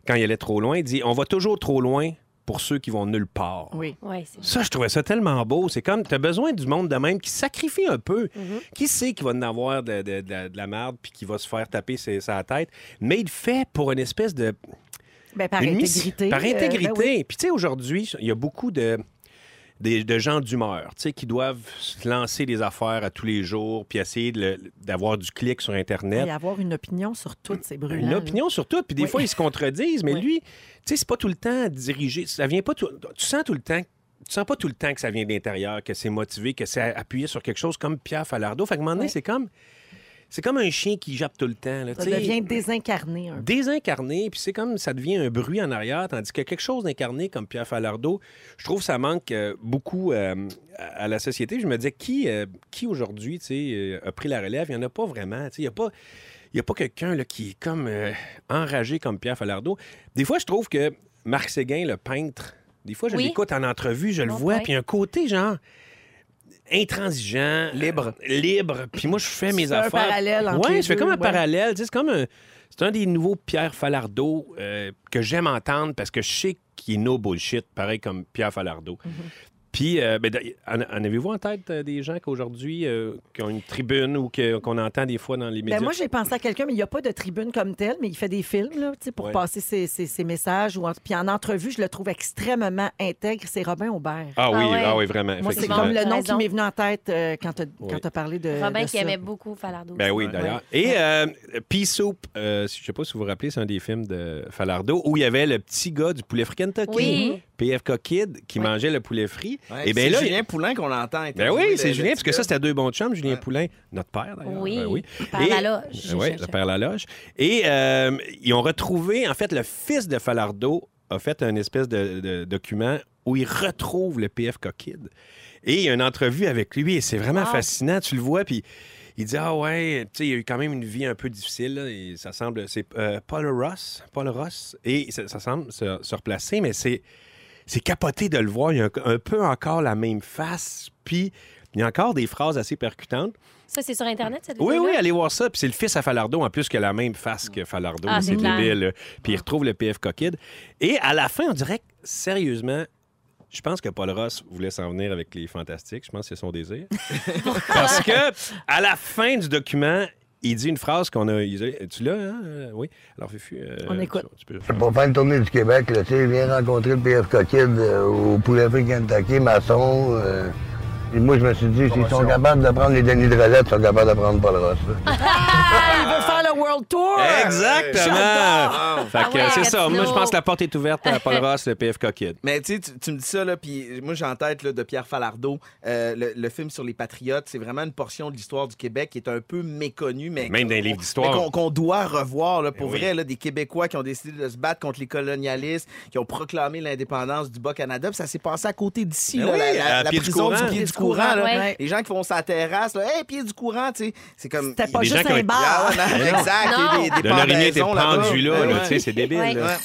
S3: quand il allait trop loin, il dit, on va toujours trop loin pour ceux qui vont nulle part.
S1: Oui.
S4: Ouais, c'est
S3: Ça, je trouvais ça tellement beau. C'est comme, t'as besoin du monde de même qui sacrifie un peu.
S4: Mhm.
S3: Qui sait qu'il va en avoir de, de- de la- de la merde puis qui va se faire taper ses- sa tête? Mais il le fait pour une espèce de...
S1: Ben, par
S3: Une miss-
S1: intégrité.
S3: Par
S1: euh, ben
S3: intégrité.
S1: oui.
S3: Puis, tu sais, aujourd'hui, il y a beaucoup de, des- de gens d'humeur, tu sais, qui doivent se lancer des affaires à tous les jours, puis essayer de le- d'avoir du clic sur Internet.
S1: Et avoir une opinion sur tout, c'est brûlant.
S3: Une
S1: là.
S3: opinion sur tout, puis des
S1: Oui.
S3: fois, ils se contredisent, mais
S1: Oui.
S3: lui, tu sais, c'est pas tout le temps dirigé. Ça vient pas tout- Tu sens tout le temps. Tu sens pas tout le temps que ça vient de l'intérieur, que c'est motivé, que c'est appuyé sur quelque chose comme Pierre Falardeau. Fait que, à un moment donné, c'est comme. C'est comme un chien qui jappe tout le temps. là,
S1: Ça
S3: tu sais.
S1: devient désincarné un peu.
S3: Désincarné, puis c'est comme ça devient un bruit en arrière, tandis que quelque chose d'incarné comme Pierre Falardeau, je trouve ça manque euh, beaucoup euh, à à la société. Je me disais, qui, euh, qui aujourd'hui tu sais, euh, a pris la relève? Il n'y en a pas vraiment. tu sais. Il n'y a pas, il y a pas quelqu'un là, qui est comme euh, enragé comme Pierre Falardeau. Des fois, je trouve que Marc Séguin, le peintre, des fois, je
S5: Oui.
S3: l'écoute en entrevue, je le
S5: Bon
S3: vois,
S5: peintre.
S3: puis un côté genre intransigeant, libre, libre. Puis moi, je fais mes
S1: fais un
S3: affaires.
S1: parallèle entre
S3: ouais,
S1: les
S3: je fais
S1: deux,
S3: comme un
S1: ouais.
S3: parallèle. Tu sais, C'est comme un, c'est un des nouveaux Pierre Falardeau euh, que j'aime entendre parce que je sais qu'il est no bullshit, pareil comme Pierre Falardeau.
S1: Mhm.
S3: Puis, euh, ben, d'ailleurs, en, en avez-vous en tête euh, des gens qu'aujourd'hui, euh, qui ont une tribune ou que- qu'on entend des fois dans les médias?
S1: Ben, moi, j'ai pensé à quelqu'un, mais il n'y a pas de tribune comme telle, mais il fait des films là, tu sais, pour
S3: Ouais.
S1: passer ses, ses- ses messages. Ou en- Puis en entrevue, je le trouve extrêmement intègre. C'est Robin Aubert.
S3: Ah oui, Ah ouais. ah oui, vraiment,
S1: Moi, c'est
S3: effectivement.
S1: comme le nom qui
S4: Raison.
S1: m'est venu en tête euh, quand tu as,
S3: Oui.
S1: parlé de.
S4: Robin
S1: de
S4: qui
S1: ça.
S4: aimait beaucoup Falardeau.
S3: Ben oui, d'ailleurs. Et euh, Pea Soup, euh, si- je sais pas si vous vous rappelez, c'est un des films de Falardeau où il y avait le petit gars du poulet fricantucky.
S4: Oui.
S3: PFK Kid qui mangeait le poulet frit.
S2: Ouais,
S3: et bien
S2: c'est
S3: Eh. ben là,
S2: Julien Poulain qu'on entend.
S3: ben oui, c'est Julien, parce que ça, c'était deux bons chums, Julien Poulain, notre père d'ailleurs.
S4: Oui,
S3: ben
S4: père
S3: Et-
S4: Laloche.
S3: Ben Oui, le père Laloche. Et euh, ils ont retrouvé, en fait, le fils de Falardeau a fait un espèce de, de document où il retrouve le PFK Kid. Et il y a une entrevue avec lui et c'est vraiment
S5: Wow.
S3: fascinant. Tu le vois, puis il dit Ah ouais, tu sais, il y a eu quand même une vie un peu difficile. là, et ça semble. C'est euh, Paul Ross. Paul Ross. Et ça, ça semble se, se replacer, mais c'est. C'est capoté de le voir. Il a un, un peu encore la même face. Puis, il y a encore des phrases assez percutantes.
S4: Ça, c'est sur Internet, cette
S3: Oui,
S4: vidéo-là?
S3: oui, allez voir ça. Puis c'est le fils à Falardeau, en plus, qui a la même face que Falardeau.
S4: Ah,
S3: c'est
S4: c'est clair.
S3: débile. là. Puis il retrouve le PF Coquide. Et à la fin, on dirait que, sérieusement, je pense que Paul Ross voulait s'en venir avec les Fantastiques. Je pense que c'est son désir. Parce que, à la fin du document, il dit une phrase qu'on a isolée. Tu l'as, hein? Euh, Oui. Alors, Fufu, euh, tu peux-
S11: Pour
S2: ben,
S11: faire une tournée du Québec, là, tu sais, je viens rencontrer le PF Coquide euh, au Poulet Frit Kentucky, Masson. euh, et moi, je me suis dit, s'ils sont capables de prendre les Denis de Relais, ils sont capables de prendre Paul Ross. là.
S1: Ah, il veut faire le World Tour.
S3: Exactement!
S1: J'adore.
S3: Fait que,
S1: Ah ouais,
S3: c'est ça.
S1: Gatineau.
S3: Moi, je pense que la porte est ouverte à Paul Ross, le PF Coquide.
S2: Mais tu sais, tu- tu me dis ça, là, puis moi, j'ai en tête là, de Pierre Falardeau, euh, le, le film sur les Patriotes. C'est vraiment une portion de l'histoire du Québec qui est un peu méconnue, mais
S3: Même dans les livres
S2: mais
S3: d'histoire.
S2: qu'on qu'on doit revoir, là, pour
S3: Ben oui.
S2: vrai, là, des Québécois qui ont décidé de se battre contre les colonialistes, qui ont proclamé l'indépendance du Bas-Canada. Puis ça s'est passé à côté d'ici,
S3: Ben
S2: là,
S3: oui,
S2: la, la-
S3: à
S2: la
S3: pied du
S2: prison
S3: courant.
S2: du pied du courant. là. Les gens qui font sa terrasse, là, hey, pied du courant, tu sais, c'est comme... C'était
S3: pas Des juste gens qui ont un été- hein? bar.
S1: Ah.
S2: hein. exact,
S1: Non.
S2: il y a des, des
S3: Le laurier était
S2: pendaisons là-bas.
S3: pendu là,
S2: Ben
S3: là,
S2: ouais.
S3: tu sais, c'est débile.
S1: Ouais.
S3: là.
S1: Ouais.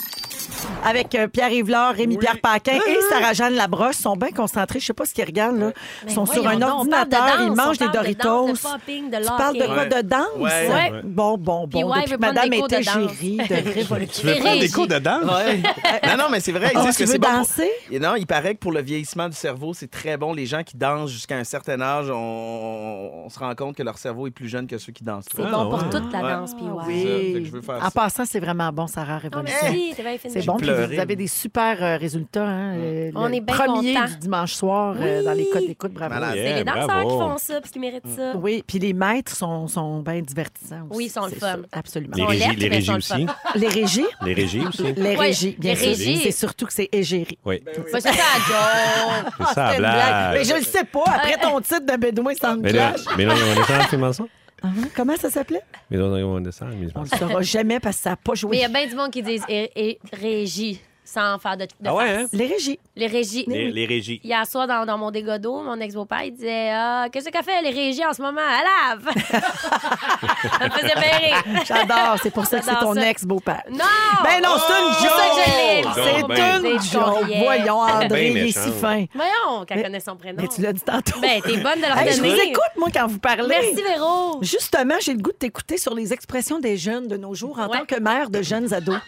S1: Avec euh, Pierre Yvelore, Rémi Pierre Paquin et Sarah-Jeanne Labrosse sont bien concentrés. Je sais pas ce qu'ils regardent là.
S4: Ben
S1: Ils sont sur un ordinateur, ils mangent des Doritos.
S4: tu
S1: Tu parles de quoi de danse?
S4: Ouais. Ouais.
S1: Bon, bon,
S4: Puis
S1: bon.
S4: ouais,
S1: Depuis
S4: veut
S1: que
S4: prendre
S1: madame
S4: des cours de
S1: était
S4: danse.
S1: gérie de révolution.
S2: Tu veux prendre des cours de
S3: danse?
S2: Ouais. non, non, mais c'est vrai. Ils
S1: Ah,
S2: disent
S1: tu
S2: que
S1: veux
S2: c'est bon pour-
S1: danser?
S2: Et Non, il paraît que pour le vieillissement du cerveau, c'est très bon. Les gens qui dansent jusqu'à un certain âge, on... on se rend compte que leur cerveau est plus jeune que ceux qui dansent.
S4: C'est bon
S3: Ah,
S4: pour toute la danse, puis Ah ouais. Ah,
S2: C'est ça, fait que je veux faire
S1: En
S2: ça.
S1: passant, c'est vraiment bon, Sarah Révolution.
S4: merci, t'es bien fini.
S1: C'est
S4: J'ai
S1: bon, puis
S2: pleuré.
S1: vous avez des super euh, résultats. hein,
S2: Mm.
S1: euh,
S4: On
S1: le
S4: est bien
S1: premier
S4: contents.
S1: du dimanche soir euh, dans Ah, les codes d'écoute, bravo.
S4: C'est
S3: Eh,
S4: les danseurs qui font ça, parce qu'ils méritent ça.
S3: Mm.
S1: Oui, puis les maîtres sont, sont bien divertissants aussi.
S4: Oui, ils sont le
S1: c'est
S4: fun.
S1: sûr, Absolument.
S3: Les Ils sont régies- lettres, les mais régies ils sont le aussi. fun.
S1: Les régies?
S3: Les régies aussi.
S1: Les
S3: Ouais,
S1: régies, bien
S3: les
S1: sûr.
S3: régies.
S1: C'est surtout que c'est égérie.
S3: Oui.
S4: Ben, c'est ça, la joke.
S3: C'est ça, la blague.
S1: Mais je le sais pas. Après ton titre de Bédouin, ça me
S3: Mais là,
S1: clash.
S3: mais là, on descend, c'est mensonge.
S1: Ah, Comment ça s'appelait?
S3: Mais là, on descend, mais
S1: On le saura jamais parce que ça n'a pas joué.
S4: Mais il y a bien du monde qui disent é- é- régie, sans faire de, de
S3: Ah ouais,
S4: farce.
S3: hein?
S1: Les régies.
S4: Les régies.
S3: Les- les régies.
S4: Hier soir, dans, dans mon dégât d'eau, mon ex-beau-père, il disait Ah, Qu'est-ce qu'elle fait, les régies, en ce moment À lave Ça me faisait bien rire.
S1: J'adore, c'est pour ça que c'est
S4: J'adore
S1: ton
S4: ça.
S1: ex-beau-père.
S4: Non
S1: Ben non, c'est une
S4: C'est pour Ah! ça que je l'aime.
S1: joke! C'est
S4: Donc, ben,
S1: une
S4: c'est
S1: joke!
S4: courriel.
S1: Voyons, André,
S3: Ben
S1: il est
S3: méchant.
S1: si fin.
S4: Voyons, qu'elle connaît son prénom.
S1: Mais tu l'as dit tantôt.
S4: Ben, t'es bonne de leur
S1: Hey, Je vous
S4: donner.
S1: écoute, moi, quand vous parlez.
S4: Merci, Véro.
S1: Justement, j'ai le goût de t'écouter sur les expressions des jeunes de nos jours en
S4: Ouais.
S1: tant que mère de jeunes ados.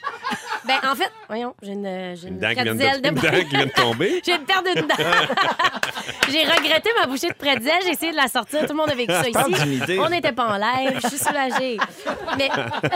S4: Ben, en fait, voyons, j'ai une, j'ai une,
S3: dent qui vient de-
S4: pretzel
S3: une dent qui vient de tomber.
S4: j'ai perdu une dent. j'ai regretté ma bouchée de pretzel. J'ai essayé de la sortir. Tout le monde a vécu ça
S3: Je parle
S4: ici.
S3: d'humidité.
S4: On n'était pas en live. Je suis soulagée. Mais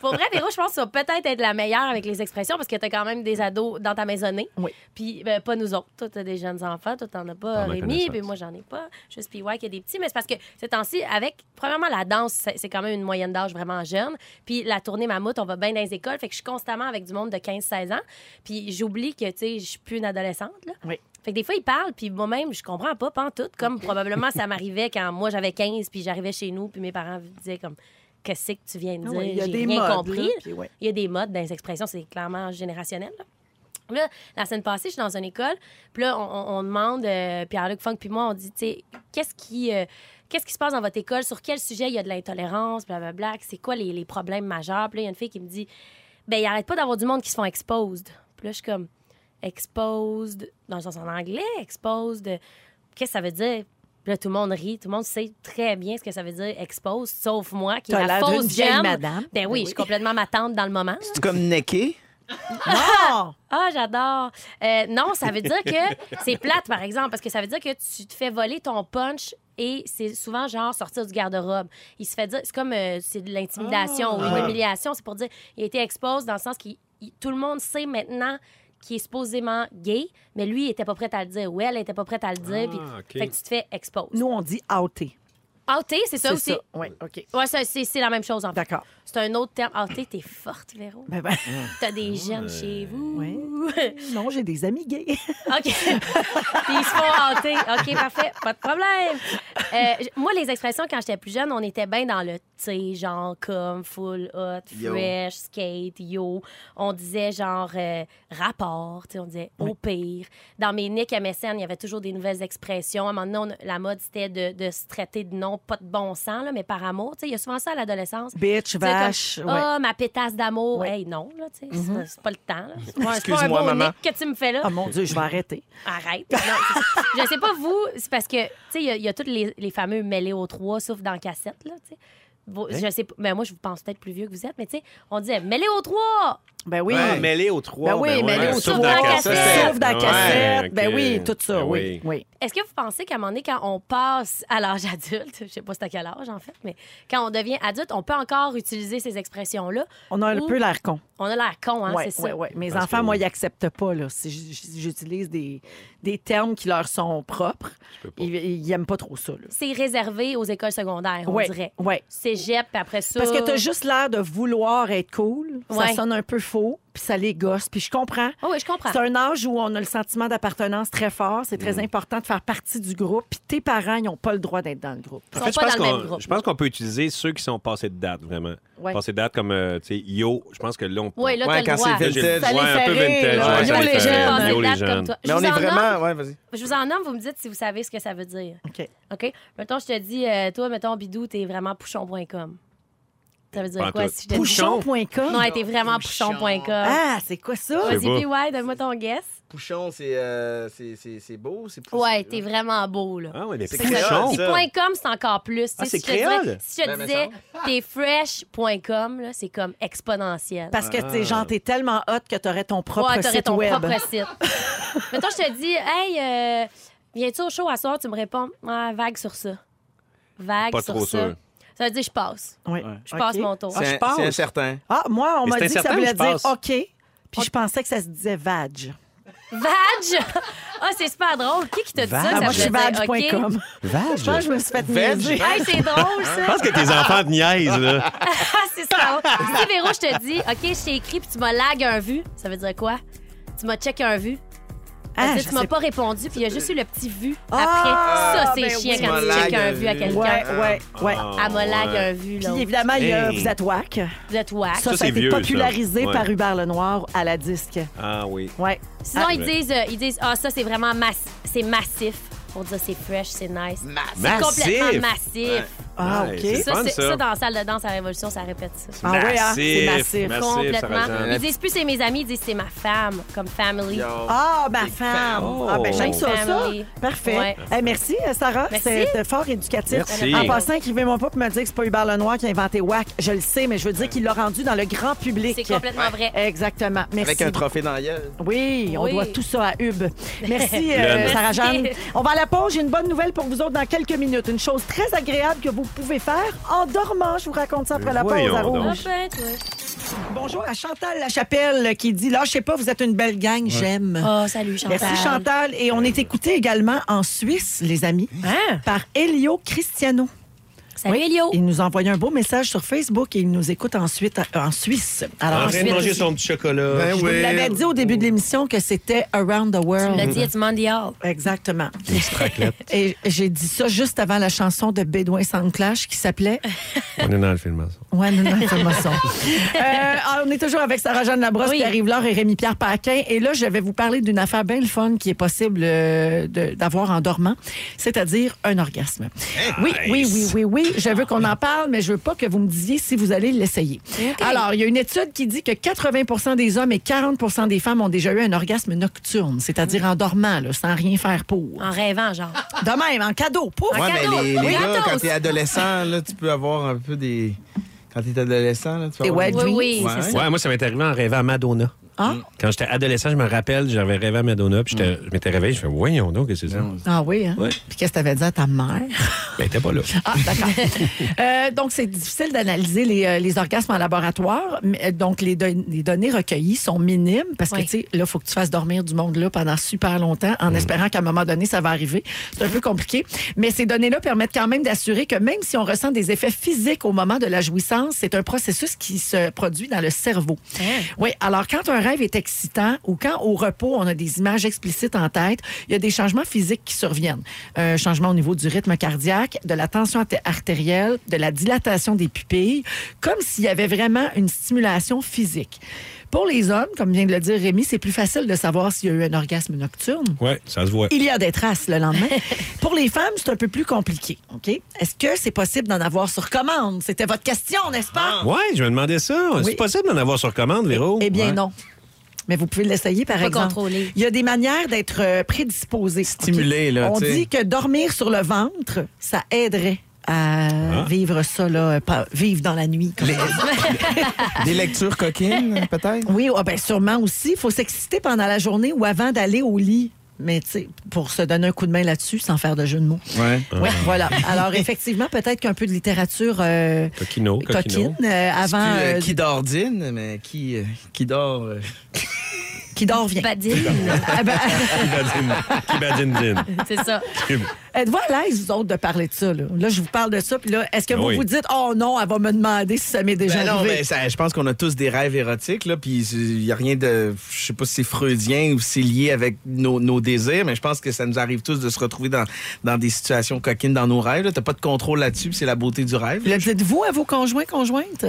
S4: pour vrai, Véro, je pense que tu vas peut-être être la meilleure avec les expressions parce que t'as quand même des ados dans ta maisonnée.
S1: Oui.
S4: Puis, ben, pas nous autres. Toi, t'as des jeunes enfants. Toi, t'en as pas,
S13: Dans ma
S4: Rémi.
S13: connaissance.
S4: Puis moi, j'en ai pas. Juste PY qui a des petits. Mais c'est parce que ces temps-ci, avec, premièrement, la danse, c'est c'est quand même une moyenne d'âge vraiment jeune. Puis la tournée mammouth, on va bien dans les écoles. Fait que je suis constamment avec du monde de 15-16 ans. Puis j'oublie que, tu sais, je suis plus une adolescente, là.
S1: Oui.
S4: Fait que des fois, ils parlent, puis moi-même, je comprends pas, pas en tout, comme probablement ça m'arrivait quand moi j'avais 15, puis j'arrivais chez nous, puis mes parents disaient comme Qu'est-ce que tu viens de
S1: Ah
S4: dire
S1: oui, il y a
S4: J'ai
S1: des
S4: rien
S1: modes, là,
S4: compris.
S1: puis ouais.
S4: Il y a des modes dans les expressions, c'est clairement générationnel. là. Là, la semaine passée, je suis dans une école. Puis là, on, on- on demande, euh, Pierre-Luc Funk, puis moi, on dit, tu sais, qu'est-ce qui, euh, qu'est-ce qui se passe dans votre école? Sur quel sujet il y a de l'intolérance? Blablabla. C'est quoi les, les problèmes majeurs? Puis là, il y a une fille qui me dit, ben, il arrête pas d'avoir du monde qui se font exposed. Puis là, je suis comme, exposed, dans le sens en anglais, exposed, euh, qu'est-ce que ça veut dire? Puis là, tout le monde rit, tout le monde sait très bien ce que ça veut dire exposed, sauf moi qui est
S1: T'as
S4: la
S1: l'air d'une
S4: fausse
S1: vieille
S4: gemme.
S1: madame.
S4: Ben oui, je suis complètement ma tante dans le moment.
S2: C'est comme necké.
S4: Ah! Ah, j'adore. Euh, non, ça veut dire que c'est plate, par exemple, parce que ça veut dire que tu te fais voler ton punch et c'est souvent genre sortir du garde-robe. Il se fait dire, c'est comme euh, c'est de l'intimidation
S13: Ah.
S4: ou une humiliation, c'est pour dire il a été exposé dans le sens que tout le monde sait maintenant qu'il est supposément gay, mais lui, il était pas prêt à le dire ou elle était pas prête à le dire.
S1: Ah,
S4: puis-
S1: OK.
S4: Fait que tu te fais expose.
S1: Nous, on dit outé.
S4: Outé, c'est ça aussi?
S1: Oui, OK.
S4: Ouais, ça, c'est c'est la même chose, en fait.
S1: D'accord.
S4: C'est un autre terme. Outé, t'es forte, Véro.
S1: Ben, ben.
S4: T'as des jeunes chez vous.
S1: Non, j'ai des amis gays.
S4: OK. Puis ils se font hanter. OK, parfait. Pas de problème. Euh, j- moi, les expressions, quand j'étais plus jeune, on était bien dans le, tu sais, genre comme, full, hot,
S13: Yo.
S4: fresh, skate, yo. On disait genre euh, rapport, tu sais, on disait au pire. Dans mes nicks MSN, il y avait toujours des nouvelles expressions. À un moment donné, on- la mode, c'était de, de se traiter de nom, pas de bon sens, là, mais par amour. Tu sais, il y a souvent ça à l'adolescence.
S1: Bitch,
S4: Tu sais, comme,
S1: vache, ouais.
S4: Ah, ma pétasse d'amour. Hey, non, là, tu sais, c'est
S1: Mhm.
S4: pas- c'est pas le temps. là. C'est pas- c'est pas un
S1: Excuse-moi,
S4: beau
S1: maman.
S4: nick que tu me fais là.
S1: Oh mon Dieu, je vais arrêter.
S4: Arrête. Non, c'est- je sais pas vous, c'est parce que, tu sais, il y a- il y, a tous les, les fameux mêlés aux trois, sauf dans cassette, là, tu sais. Vous-
S3: Hein?
S4: Je sais pas, mais moi, je vous pense peut-être plus vieux que vous êtes, mais tu sais, on disait mêlés aux trois!
S1: Ben oui.
S3: Ouais, mêlé aux trois.
S1: Ben oui, mêlé aux
S3: sauf
S1: trois,
S3: dans la
S1: sauf
S3: cassette.
S1: dans la
S3: Ouais,
S1: cassette.
S3: ok.
S1: Ben oui, tout ça,
S3: Ben
S1: oui, oui.
S4: Est-ce que vous pensez qu'à un moment donné, quand on passe à l'âge adulte, je sais pas c'est à quel âge, en fait, mais quand on devient adulte, on peut encore utiliser ces expressions-là?
S1: On a un
S4: ou
S1: peu l'air con.
S4: On a l'air con, hein,
S1: Ouais,
S4: c'est
S1: ouais,
S4: ça.
S1: ouais. Mes enfants, moi, ils n'acceptent pas. Là. Si j- j- j'utilise des, des termes qui leur sont propres, ils, ils aiment pas trop ça. là.
S4: C'est réservé aux écoles secondaires, on
S1: Ouais,
S4: dirait.
S1: ouais.
S4: Cégep, puis après ça.
S1: Parce que t'as juste l'air de vouloir être cool. Ça
S4: Ouais.
S1: sonne un peu faux, puis ça les gosse. Puis je comprends.
S4: Ah oui, je comprends.
S1: C'est un âge où on a le sentiment d'appartenance très fort. C'est
S3: Mm.
S1: très important de faire partie du groupe. Puis tes parents, ils n'ont pas le droit d'être dans le groupe.
S3: En fait, je pense qu'on- je pense qu'on peut utiliser ceux qui sont passés de date, vraiment.
S1: Ouais.
S3: Passés de date comme, euh, tu sais, yo. Je pense que là, on
S4: Ouais, là, t'as Ouais, le quand droit. c'est
S3: Là, j'ai-
S4: vintage.
S3: ouais, un peu
S4: Ça les fait
S3: vintage.
S4: rire,
S3: ouais,
S4: là.
S3: ça
S4: Yo, les
S3: fait
S4: jeunes.
S3: rire.
S4: Passés de
S3: Yo, les
S4: date comme
S3: jeunes.
S4: toi.
S2: Mais on
S4: vous
S2: est
S4: en
S2: vraiment.
S4: nomme?
S2: Ouais, vas-y.
S4: Je vous en nomme, vous me dites si vous savez ce que ça veut dire.
S1: OK.
S4: OK? Mettons, je te dis, euh, toi, mettons, Bidou, t'es vraiment pouchon.com. Ça veut dire
S1: Pas en
S4: quoi
S1: tout.
S4: si je te dis-
S1: Pouchon.com?
S4: Non, ouais, t'es vraiment pouchon.com.
S1: Ah, c'est quoi ça?
S4: Vas-y,
S2: Je sais pas.
S4: puis ouais, donne-moi ton guess.
S2: Pouchon, c'est euh, c'est- c'est- c'est beau, c'est pou-
S4: Ouais, t'es vraiment beau, là.
S3: Ah, ouais, mais
S2: C'est
S4: Puis
S2: créole, ça.
S4: point .com, c'est encore plus. Tu
S2: Ah,
S4: sais, si je
S2: c'est
S4: te dirais-
S2: créole?
S4: Si je
S2: Ben,
S4: te
S2: me
S4: disais,
S2: semble.
S4: t'es fresh.com, là, c'est comme exponentiel.
S1: Parce que, t'es genre, t'es tellement hot que t'aurais ton propre
S4: ouais, t'aurais
S1: site
S4: ton
S1: web.
S4: propre site. Mettons, je te dis, hey, euh, viens-tu au show à soir? Tu me réponds, Ah, vague sur ça. Vague
S1: Pas
S4: sur
S1: trop
S4: ça.
S1: sûr.
S4: Ça veut dire, je passe.
S1: Ouais.
S4: Je passe
S1: OK.
S4: mon tour.
S1: Ah, je passe.
S2: C'est incertain.
S1: Ah, moi, on
S2: Mais
S1: m'a
S2: c'est
S1: dit que ça
S2: incertain ou
S1: voulait
S2: je
S1: dire
S2: passe?
S1: OK. Puis je pensais que ça se disait vag.
S4: Vag! Ah, c'est super drôle. Qui qui t'a dit ça?
S1: Ah,
S4: ça?
S1: moi,
S4: veut
S1: je suis
S4: dire,
S1: vag.com.
S4: OK. Ah,
S3: Vag?
S1: Je pense que je me suis fait
S3: Vag?
S1: niaiser.
S4: Hey, c'est drôle, ça.
S3: Je
S1: Hein?
S3: pense que tes enfants te niaisent, là.
S4: Ah, c'est ça. Si Véro, je te dis, OK, je t'ai écrit puis tu m'as lag un vu, ça veut dire quoi? Tu m'as check un vu. Ça veut
S1: Ah,
S4: dire
S1: je
S4: tu m'as
S1: sais
S4: pas répondu, puis il y a juste eu le petit vu
S1: Ah,
S4: après. Ça, c'est
S1: ben
S4: chiant
S1: oui.
S4: quand
S1: Tu
S4: tu
S1: m'as
S4: check
S1: lag
S4: un
S1: un
S4: vu à
S1: vu.
S4: quelqu'un.
S1: Ouais, ouais, ouais.
S4: Ah, m'a lag un vu, là.
S1: Puis évidemment, il y a
S3: Hey.
S1: Vous êtes whack.
S4: Vous êtes whack.
S1: Ça, ça, a été popularisé
S3: Ouais.
S1: par Hubert Lenoir à la disque.
S3: Ah oui.
S1: Ouais.
S4: Sinon,
S1: Ah.
S3: ben.
S4: ils disent, euh, ils disent, ah, ça, c'est vraiment mass- c'est massif. Pour dire c'est fresh, c'est nice. C'est
S3: Massif.
S4: complètement massif.
S3: Ouais. Ah, Ouais, OK. c'est
S4: Ça,
S3: fun,
S4: c'est-
S3: ça.
S4: ça, dans la salle de danse à Révolution, ça répète ça.
S3: Ah ouais, hein? C'est massif. Massif, ça
S4: Complètement.
S3: ressemble.
S4: Ils disent plus c'est mes amis, ils disent c'est ma femme, comme family.
S1: Yo. Ah, ma femme. Ah, ben,
S4: Oh.
S1: j'aime ça, ça.
S4: Family.
S1: Parfait.
S4: Ouais.
S1: Eh, merci, euh, Sarah.
S4: Merci.
S1: C'était fort éducatif.
S4: Merci.
S1: En passant, écrivez-moi pas pour me dire que c'est pas Hubert Lenoir qui a inventé WAC. Je le sais, mais je veux dire qu'il l'a rendu dans le grand public.
S4: C'est complètement vrai.
S1: Exactement. Merci.
S2: Avec un trophée dans la gueule.
S1: Oui, on
S4: Oui.
S1: doit tout ça à Hub. Merci, euh,
S2: Lionel.
S1: Sarah Jeanne.
S4: Merci.
S1: On va à la pause. J'ai une bonne nouvelle pour vous autres dans quelques minutes. Une chose très agréable que vous pouvez faire en dormant. Je vous raconte ça après la pause
S4: Voyons
S1: à
S4: donc.
S1: Rouge.
S4: Ah ben, toi.
S1: Bonjour à Chantal Lachapelle qui dit Là, je sais pas, vous êtes une belle gang, j'aime.
S4: Oh, salut, Chantal.
S1: Merci Chantal. Et on est écouté également en Suisse, les amis, par Elio Cristiano.
S4: Hein? Salut Elio.
S1: Il nous a envoyé un beau message sur Facebook et il nous écoute ensuite euh, en Suisse.
S4: Ah,
S3: en train de
S1: ensuite,
S3: manger son petit chocolat.
S1: je vous l'avais dit au début de l'émission que c'était Around the World.
S4: Tu l'as dit, it's mondial.
S1: Exactement. Et j'ai dit ça juste avant la chanson de Bédouin Soundclash qui s'appelait
S3: On est dans le film, ça.
S1: Ouais, non, non, c'est maçon. Euh, alors, on est toujours avec Sarah-Jeanne Labrosse, Pierre-Yves Laure et Rémi-Pierre Paquin. Et là, je vais vous parler d'une affaire bien le fun qui est possible euh, de- d'avoir en dormant, c'est-à-dire un orgasme. Oui, oui, oui, oui, oui. Je veux qu'on en parle, mais je veux pas que vous me disiez si vous allez l'essayer. Alors, il y a une étude qui dit que 80 des hommes et 40 des femmes ont déjà eu un orgasme nocturne, c'est-à-dire en dormant, là, sans rien faire pour.
S4: En rêvant, genre.
S1: De même, en cadeau, pouf!
S2: Ouais, mais les, les
S1: Oui.
S2: gars, quand t'es adolescent, là, tu peux avoir un peu des. Quand t'es adolescent, là, tu peux
S1: Des
S2: avoir
S1: wet
S2: des-
S1: dreams. Oui, oui,
S3: Ouais, moi, ça m'est arrivé en rêvant à Madonna.
S14: Ah.
S3: Quand j'étais adolescent, je me rappelle, j'avais rêvé à Madonna, puis j'étais- je m'étais réveillé, je fais voyons donc, qu'est-ce que c'est ça?
S1: Ah oui, hein?
S3: Ouais.
S1: Puis qu'est-ce que t'avais dit à ta mère?
S3: Ben, t'es pas là.
S1: Ah, d'accord. Euh, donc, c'est difficile d'analyser les, euh, les orgasmes en laboratoire. mais, euh, Donc, les, don- les données recueillies sont minimes parce que, tu sais, là, il faut que tu fasses dormir du monde là pendant super longtemps en espérant qu'à un moment donné, ça va arriver. C'est un peu compliqué. Mais ces données-là permettent quand même d'assurer que même si on ressent des effets physiques au moment de la jouissance, c'est un processus qui se produit dans le cerveau. Oui, alors quand un rêve est excitant ou quand au repos, on a des images explicites en tête, il y a des changements physiques qui surviennent. Un changement au niveau du rythme cardiaque, de la tension arté- artérielle, de la dilatation des pupilles, comme s'il y avait vraiment une stimulation physique. Pour les hommes, comme vient de le dire Rémi, c'est plus facile de savoir s'il y a eu un orgasme nocturne.
S3: Ouais, ça se voit.
S1: Il y a des traces le lendemain. Pour les femmes, c'est un peu plus compliqué. OK? Est-ce que c'est possible d'en avoir sur commande? C'était votre question, n'est-ce pas?
S3: Ouais, je me demandais ça.
S1: Oui.
S3: C'est possible d'en avoir sur commande, Véro?
S1: Eh bien,
S3: Ouais.
S1: non. Mais vous pouvez l'essayer, par
S4: Pas
S1: exemple.
S4: contrôlé.
S1: Il y a des manières d'être euh, prédisposé.
S2: Stimulé,
S1: OK?
S2: là,
S1: On
S2: tu sais.
S1: dit que dormir sur le ventre, ça aiderait
S2: Ah.
S1: à vivre ça, là, euh, pas- vivre dans la nuit.
S2: Des lectures coquines, peut-être?
S1: Oui, ah ben sûrement aussi. Il faut s'exciter pendant la journée ou avant d'aller au lit. Mais tu sais, pour se donner un coup de main là-dessus sans faire de jeu de mots.
S3: Ouais.
S2: Ah.
S1: Oui, voilà. Alors, effectivement, peut-être qu'un peu de littérature euh,
S3: Coquino, coquino.
S1: coquine euh, avant.
S2: C'est plus, euh,
S1: euh,
S2: qui dort dîne, mais qui, euh, qui dort. euh,
S1: qui dort vient. Ah ben,
S3: Qui badine. Qui badine dîne.
S1: C'est ça.
S3: Qui-
S1: Êtes-vous à l'aise, vous autres, de parler de ça? Là, Là, je vous parle de ça, puis là, est-ce que
S2: Ben
S1: vous
S2: oui.
S1: vous dites, oh non, elle va me demander si ça m'est déjà
S2: Ben non,
S1: arrivé?
S2: mais ça- je pense qu'on a tous des rêves érotiques, là, puis il n'y a rien de. Je sais pas si c'est freudien ou si c'est lié avec nos, nos désirs, mais je pense que ça nous arrive tous de se retrouver dans, dans des situations coquines dans nos rêves. Tu n'as pas de contrôle là-dessus, puis c'est la beauté du rêve.
S1: Le dites-vous à vos conjoints, conjointes?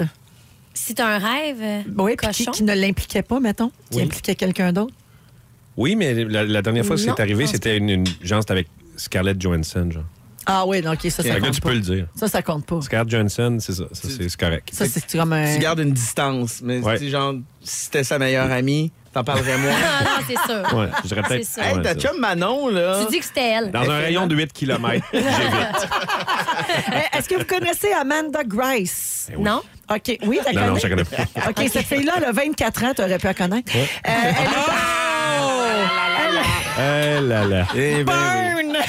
S4: C'est un rêve. euh,
S1: Oui, puis qui, qui ne l'impliquait pas, mettons, qui
S3: Oui.
S1: impliquait quelqu'un d'autre.
S3: Oui, mais la, la dernière fois que
S1: Non,
S3: c'est
S1: je
S3: arrivé,
S1: pense
S3: c'était une, une- genre, c'était avec Scarlett Johansson, genre.
S1: Ah oui, donc OK, ça, ça
S3: Fait que là,
S1: compte
S3: tu
S1: pas.
S3: peux le dire.
S1: Ça, ça compte pas.
S3: Scarlett Johansson, c'est ça, ça, c'est c'est correct.
S1: Ça, c'est comme un...
S2: Tu gardes une distance, mais
S3: Ouais.
S2: tu sais, genre, si t'es sa meilleure amie, t'en parlerais moins.
S4: Ah non, c'est sûr.
S3: Ouais, Ben je dirais peut-être-
S4: C'est sûr.
S2: Hey, t'as chum Manon, là.
S4: Tu dis que c'était elle.
S3: Dans un rayon de 8 km.
S1: Eh, Est-ce que vous connaissez Amanda Grice?
S3: Eh oui.
S4: Non.
S1: OK, oui, t'as
S3: Non, non,
S1: connais?
S3: je la connais pas.
S1: OK, cette fille-là, elle a 24 ans, t'aurais pu la connaître.
S3: Ouais.
S1: Euh, elle est- Elle-
S3: Eh là là.
S1: Burn! Eh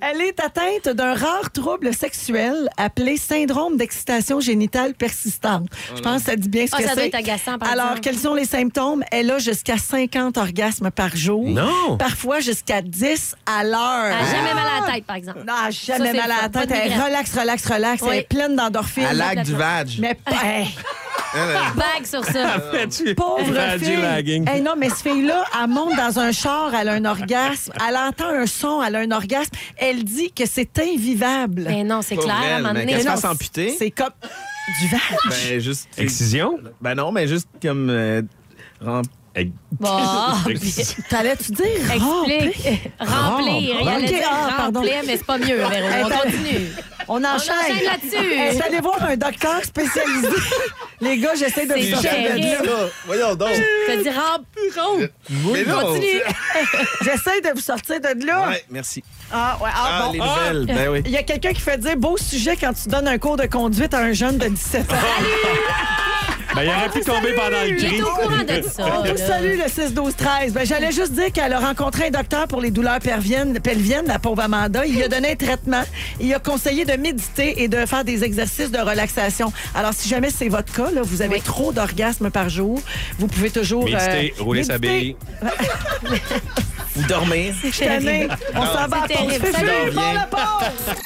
S1: Elle est atteinte d'un rare trouble sexuel appelé syndrome d'excitation génitale persistante. Je pense que ça dit bien ce
S4: Ah,
S1: que c'est.
S4: ça doit être agaçant, par
S1: Alors,
S4: exemple.
S1: quels sont les symptômes? Elle a jusqu'à 50 orgasmes par jour.
S4: Non!
S1: Parfois jusqu'à 10 à l'heure.
S4: Elle a Ah, jamais mal à la tête, par exemple.
S1: Non, elle a jamais
S4: Ça, c'est
S1: mal à
S4: le
S1: la
S4: fun. Pas
S1: tête.
S4: de
S1: Elle est
S4: migraine.
S1: relax, relax, relax.
S4: Oui. Ah.
S1: Elle est pleine d'endorphines.
S4: Elle lague du vag.
S2: Ben,
S1: Mais pas. Hey.
S4: Bague sur ça.
S1: Pauvre fille. Hey, non, mais cette fille-là, elle monte dans un char, elle a un orgasme, elle entend un son, elle a un orgasme, elle dit que c'est invivable. Mais
S4: non, c'est
S2: Pauvre clair, à un elle, moment mais donné. qu'elle se fasse amputer.
S1: C'est comme du vent.
S2: Ben, juste.
S3: Excision?
S2: Ben non, mais juste comme. euh, rem-
S4: Bon.
S1: T'allais-tu dire
S4: Explique. Remplir. Il
S1: Remplir.
S4: allait
S1: Ok,
S4: dire
S1: ah, pardon.
S4: remplir, mais c'est pas mieux, Véro.
S1: Elle
S4: Ah, On
S1: est allée-
S4: continue.
S1: Oh, On enchaîne.
S4: enchaîne là-dessus.
S1: Elle est allée voir un docteur spécialisé. Les gars, j'essaie de
S4: C'est
S1: vous sortir de
S4: terrible.
S1: là.
S2: Voyons donc.
S4: T'as dit remplir.
S2: Mais non.
S1: Continue. J'essaie de vous sortir de là.
S2: Ouais, merci.
S1: Ah, ouais, ah,
S2: Ah,
S1: bon.
S2: les nouvelles, ben oui.
S1: Il y a quelqu'un qui fait dire beau sujet quand tu donnes un cours de conduite à un jeune de 17 ans.
S3: Ben, il
S15: Ah,
S3: aurait pu tomber pendant le cri.
S1: On vous salue Oh, le 6 12 13. Ben, j'allais juste dire qu'elle a rencontré un docteur pour les douleurs perviennes- pelviennes, la pauvre Amanda. Il lui a donné un traitement. Il a conseillé de méditer et de faire des exercices de relaxation. Alors si jamais c'est votre cas, là, vous avez trop d'orgasmes par jour, vous pouvez toujours
S3: Méditer,
S1: euh,
S3: rouler sa
S1: méditer.
S3: bille.
S2: Ou dormir.
S1: Je suis tannée. On s'en va à la
S4: C'est
S1: pause.
S4: terrible.
S1: Fufu,
S4: Ça
S1: bon,
S4: revient.
S1: la pause!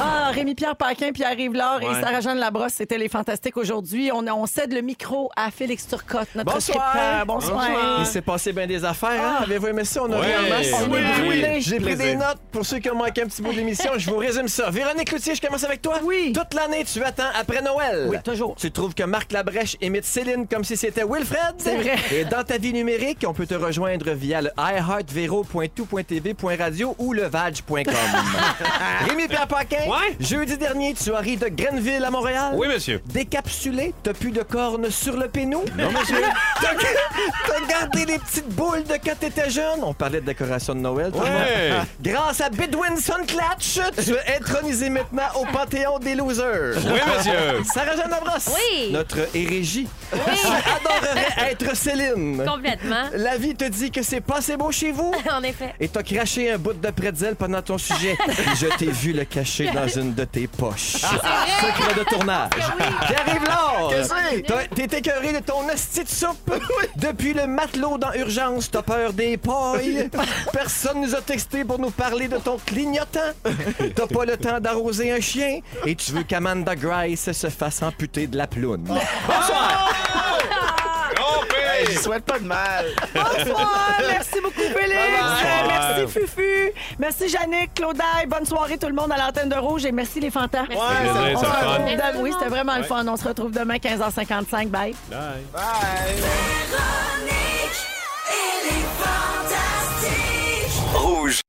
S1: Ah, Rémi-Pierre Paquin, Pierre Rivlard
S2: Ouais.
S1: et Sarah-Jeanne Labrosse, c'était les fantastiques aujourd'hui. On, on cède le micro à Félix Turcotte, notre scripteur.
S16: Bonsoir. Il s'est passé bien des affaires. hein?
S1: Ah.
S16: Avez-vous aimé ça? On a
S1: Ouais.
S16: rien
S1: On est brûlés.
S16: J'ai pris des
S1: Plaisir.
S16: notes pour ceux qui ont manqué un petit bout de l'émission. Je vous résume ça. Véronique Loutier, je commence avec toi. Oui. Toute l'année, tu attends après Noël.
S1: Oui, toujours.
S16: Tu trouves que Marc Labrèche imite Céline comme si c'était Wilfred.
S1: C'est vrai.
S16: Et dans ta vie numérique, on peut te rejoindre via le iHeartVero.tout.tv.radio ou le Vag.com. Rémi Pierre Paquin,
S15: Jeudi dernier, tu arrives de Grenville à Montréal.
S3: Oui, monsieur.
S15: Décapsulé, t'as plus de cornes sur le pénou.
S3: Non, monsieur.
S15: T'as t'as gardé les petites boules de quand t'étais jeune. On parlait de décoration de Noël. tout le
S3: Ouais.
S15: monde. Ah. Grâce à Bidwinson Clatch, tu es intronisé maintenant au Panthéon des losers.
S3: Oui, monsieur.
S15: Sarah-Jeanne Labrosse.
S4: Oui.
S15: Notre hérégie. Tu adorerais être Céline.
S4: Complètement.
S15: La vie te dit que c'est pas assez beau chez vous.
S4: en effet.
S15: Et t'as craché un bout de pretzel pendant ton sujet. Et je t'ai vu le cacher dans une de tes
S5: Ah,
S15: poches. Secret de tournage. J'arrive
S5: Qu'est-ce que c'est?
S15: là! T'es écœuré de ton asti de soupe. Depuis le matelot dans Urgence, t'as peur des pailles. Personne nous a texté pour nous parler de ton clignotant. T'as pas le temps d'arroser un chien. Et tu veux qu'Amanda Grace se fasse amputer de la ploune. Bonsoir!
S2: Hey, Je souhaite pas de mal.
S1: Bonsoir, merci beaucoup Félix, Euh,
S2: Bye-bye.
S1: merci Fufu, merci Yannick, Claudaille, bonne soirée tout le monde à l'antenne de Rouge et merci les fantas.
S3: Ouais, c'est plaisir, c'est le
S1: On se
S3: fun.
S1: retrouve
S3: Merci
S1: demain. Oui, c'était vraiment le
S3: Ouais.
S1: fun. On se retrouve demain 15h55. Bye.
S3: Bye.
S5: Rouge.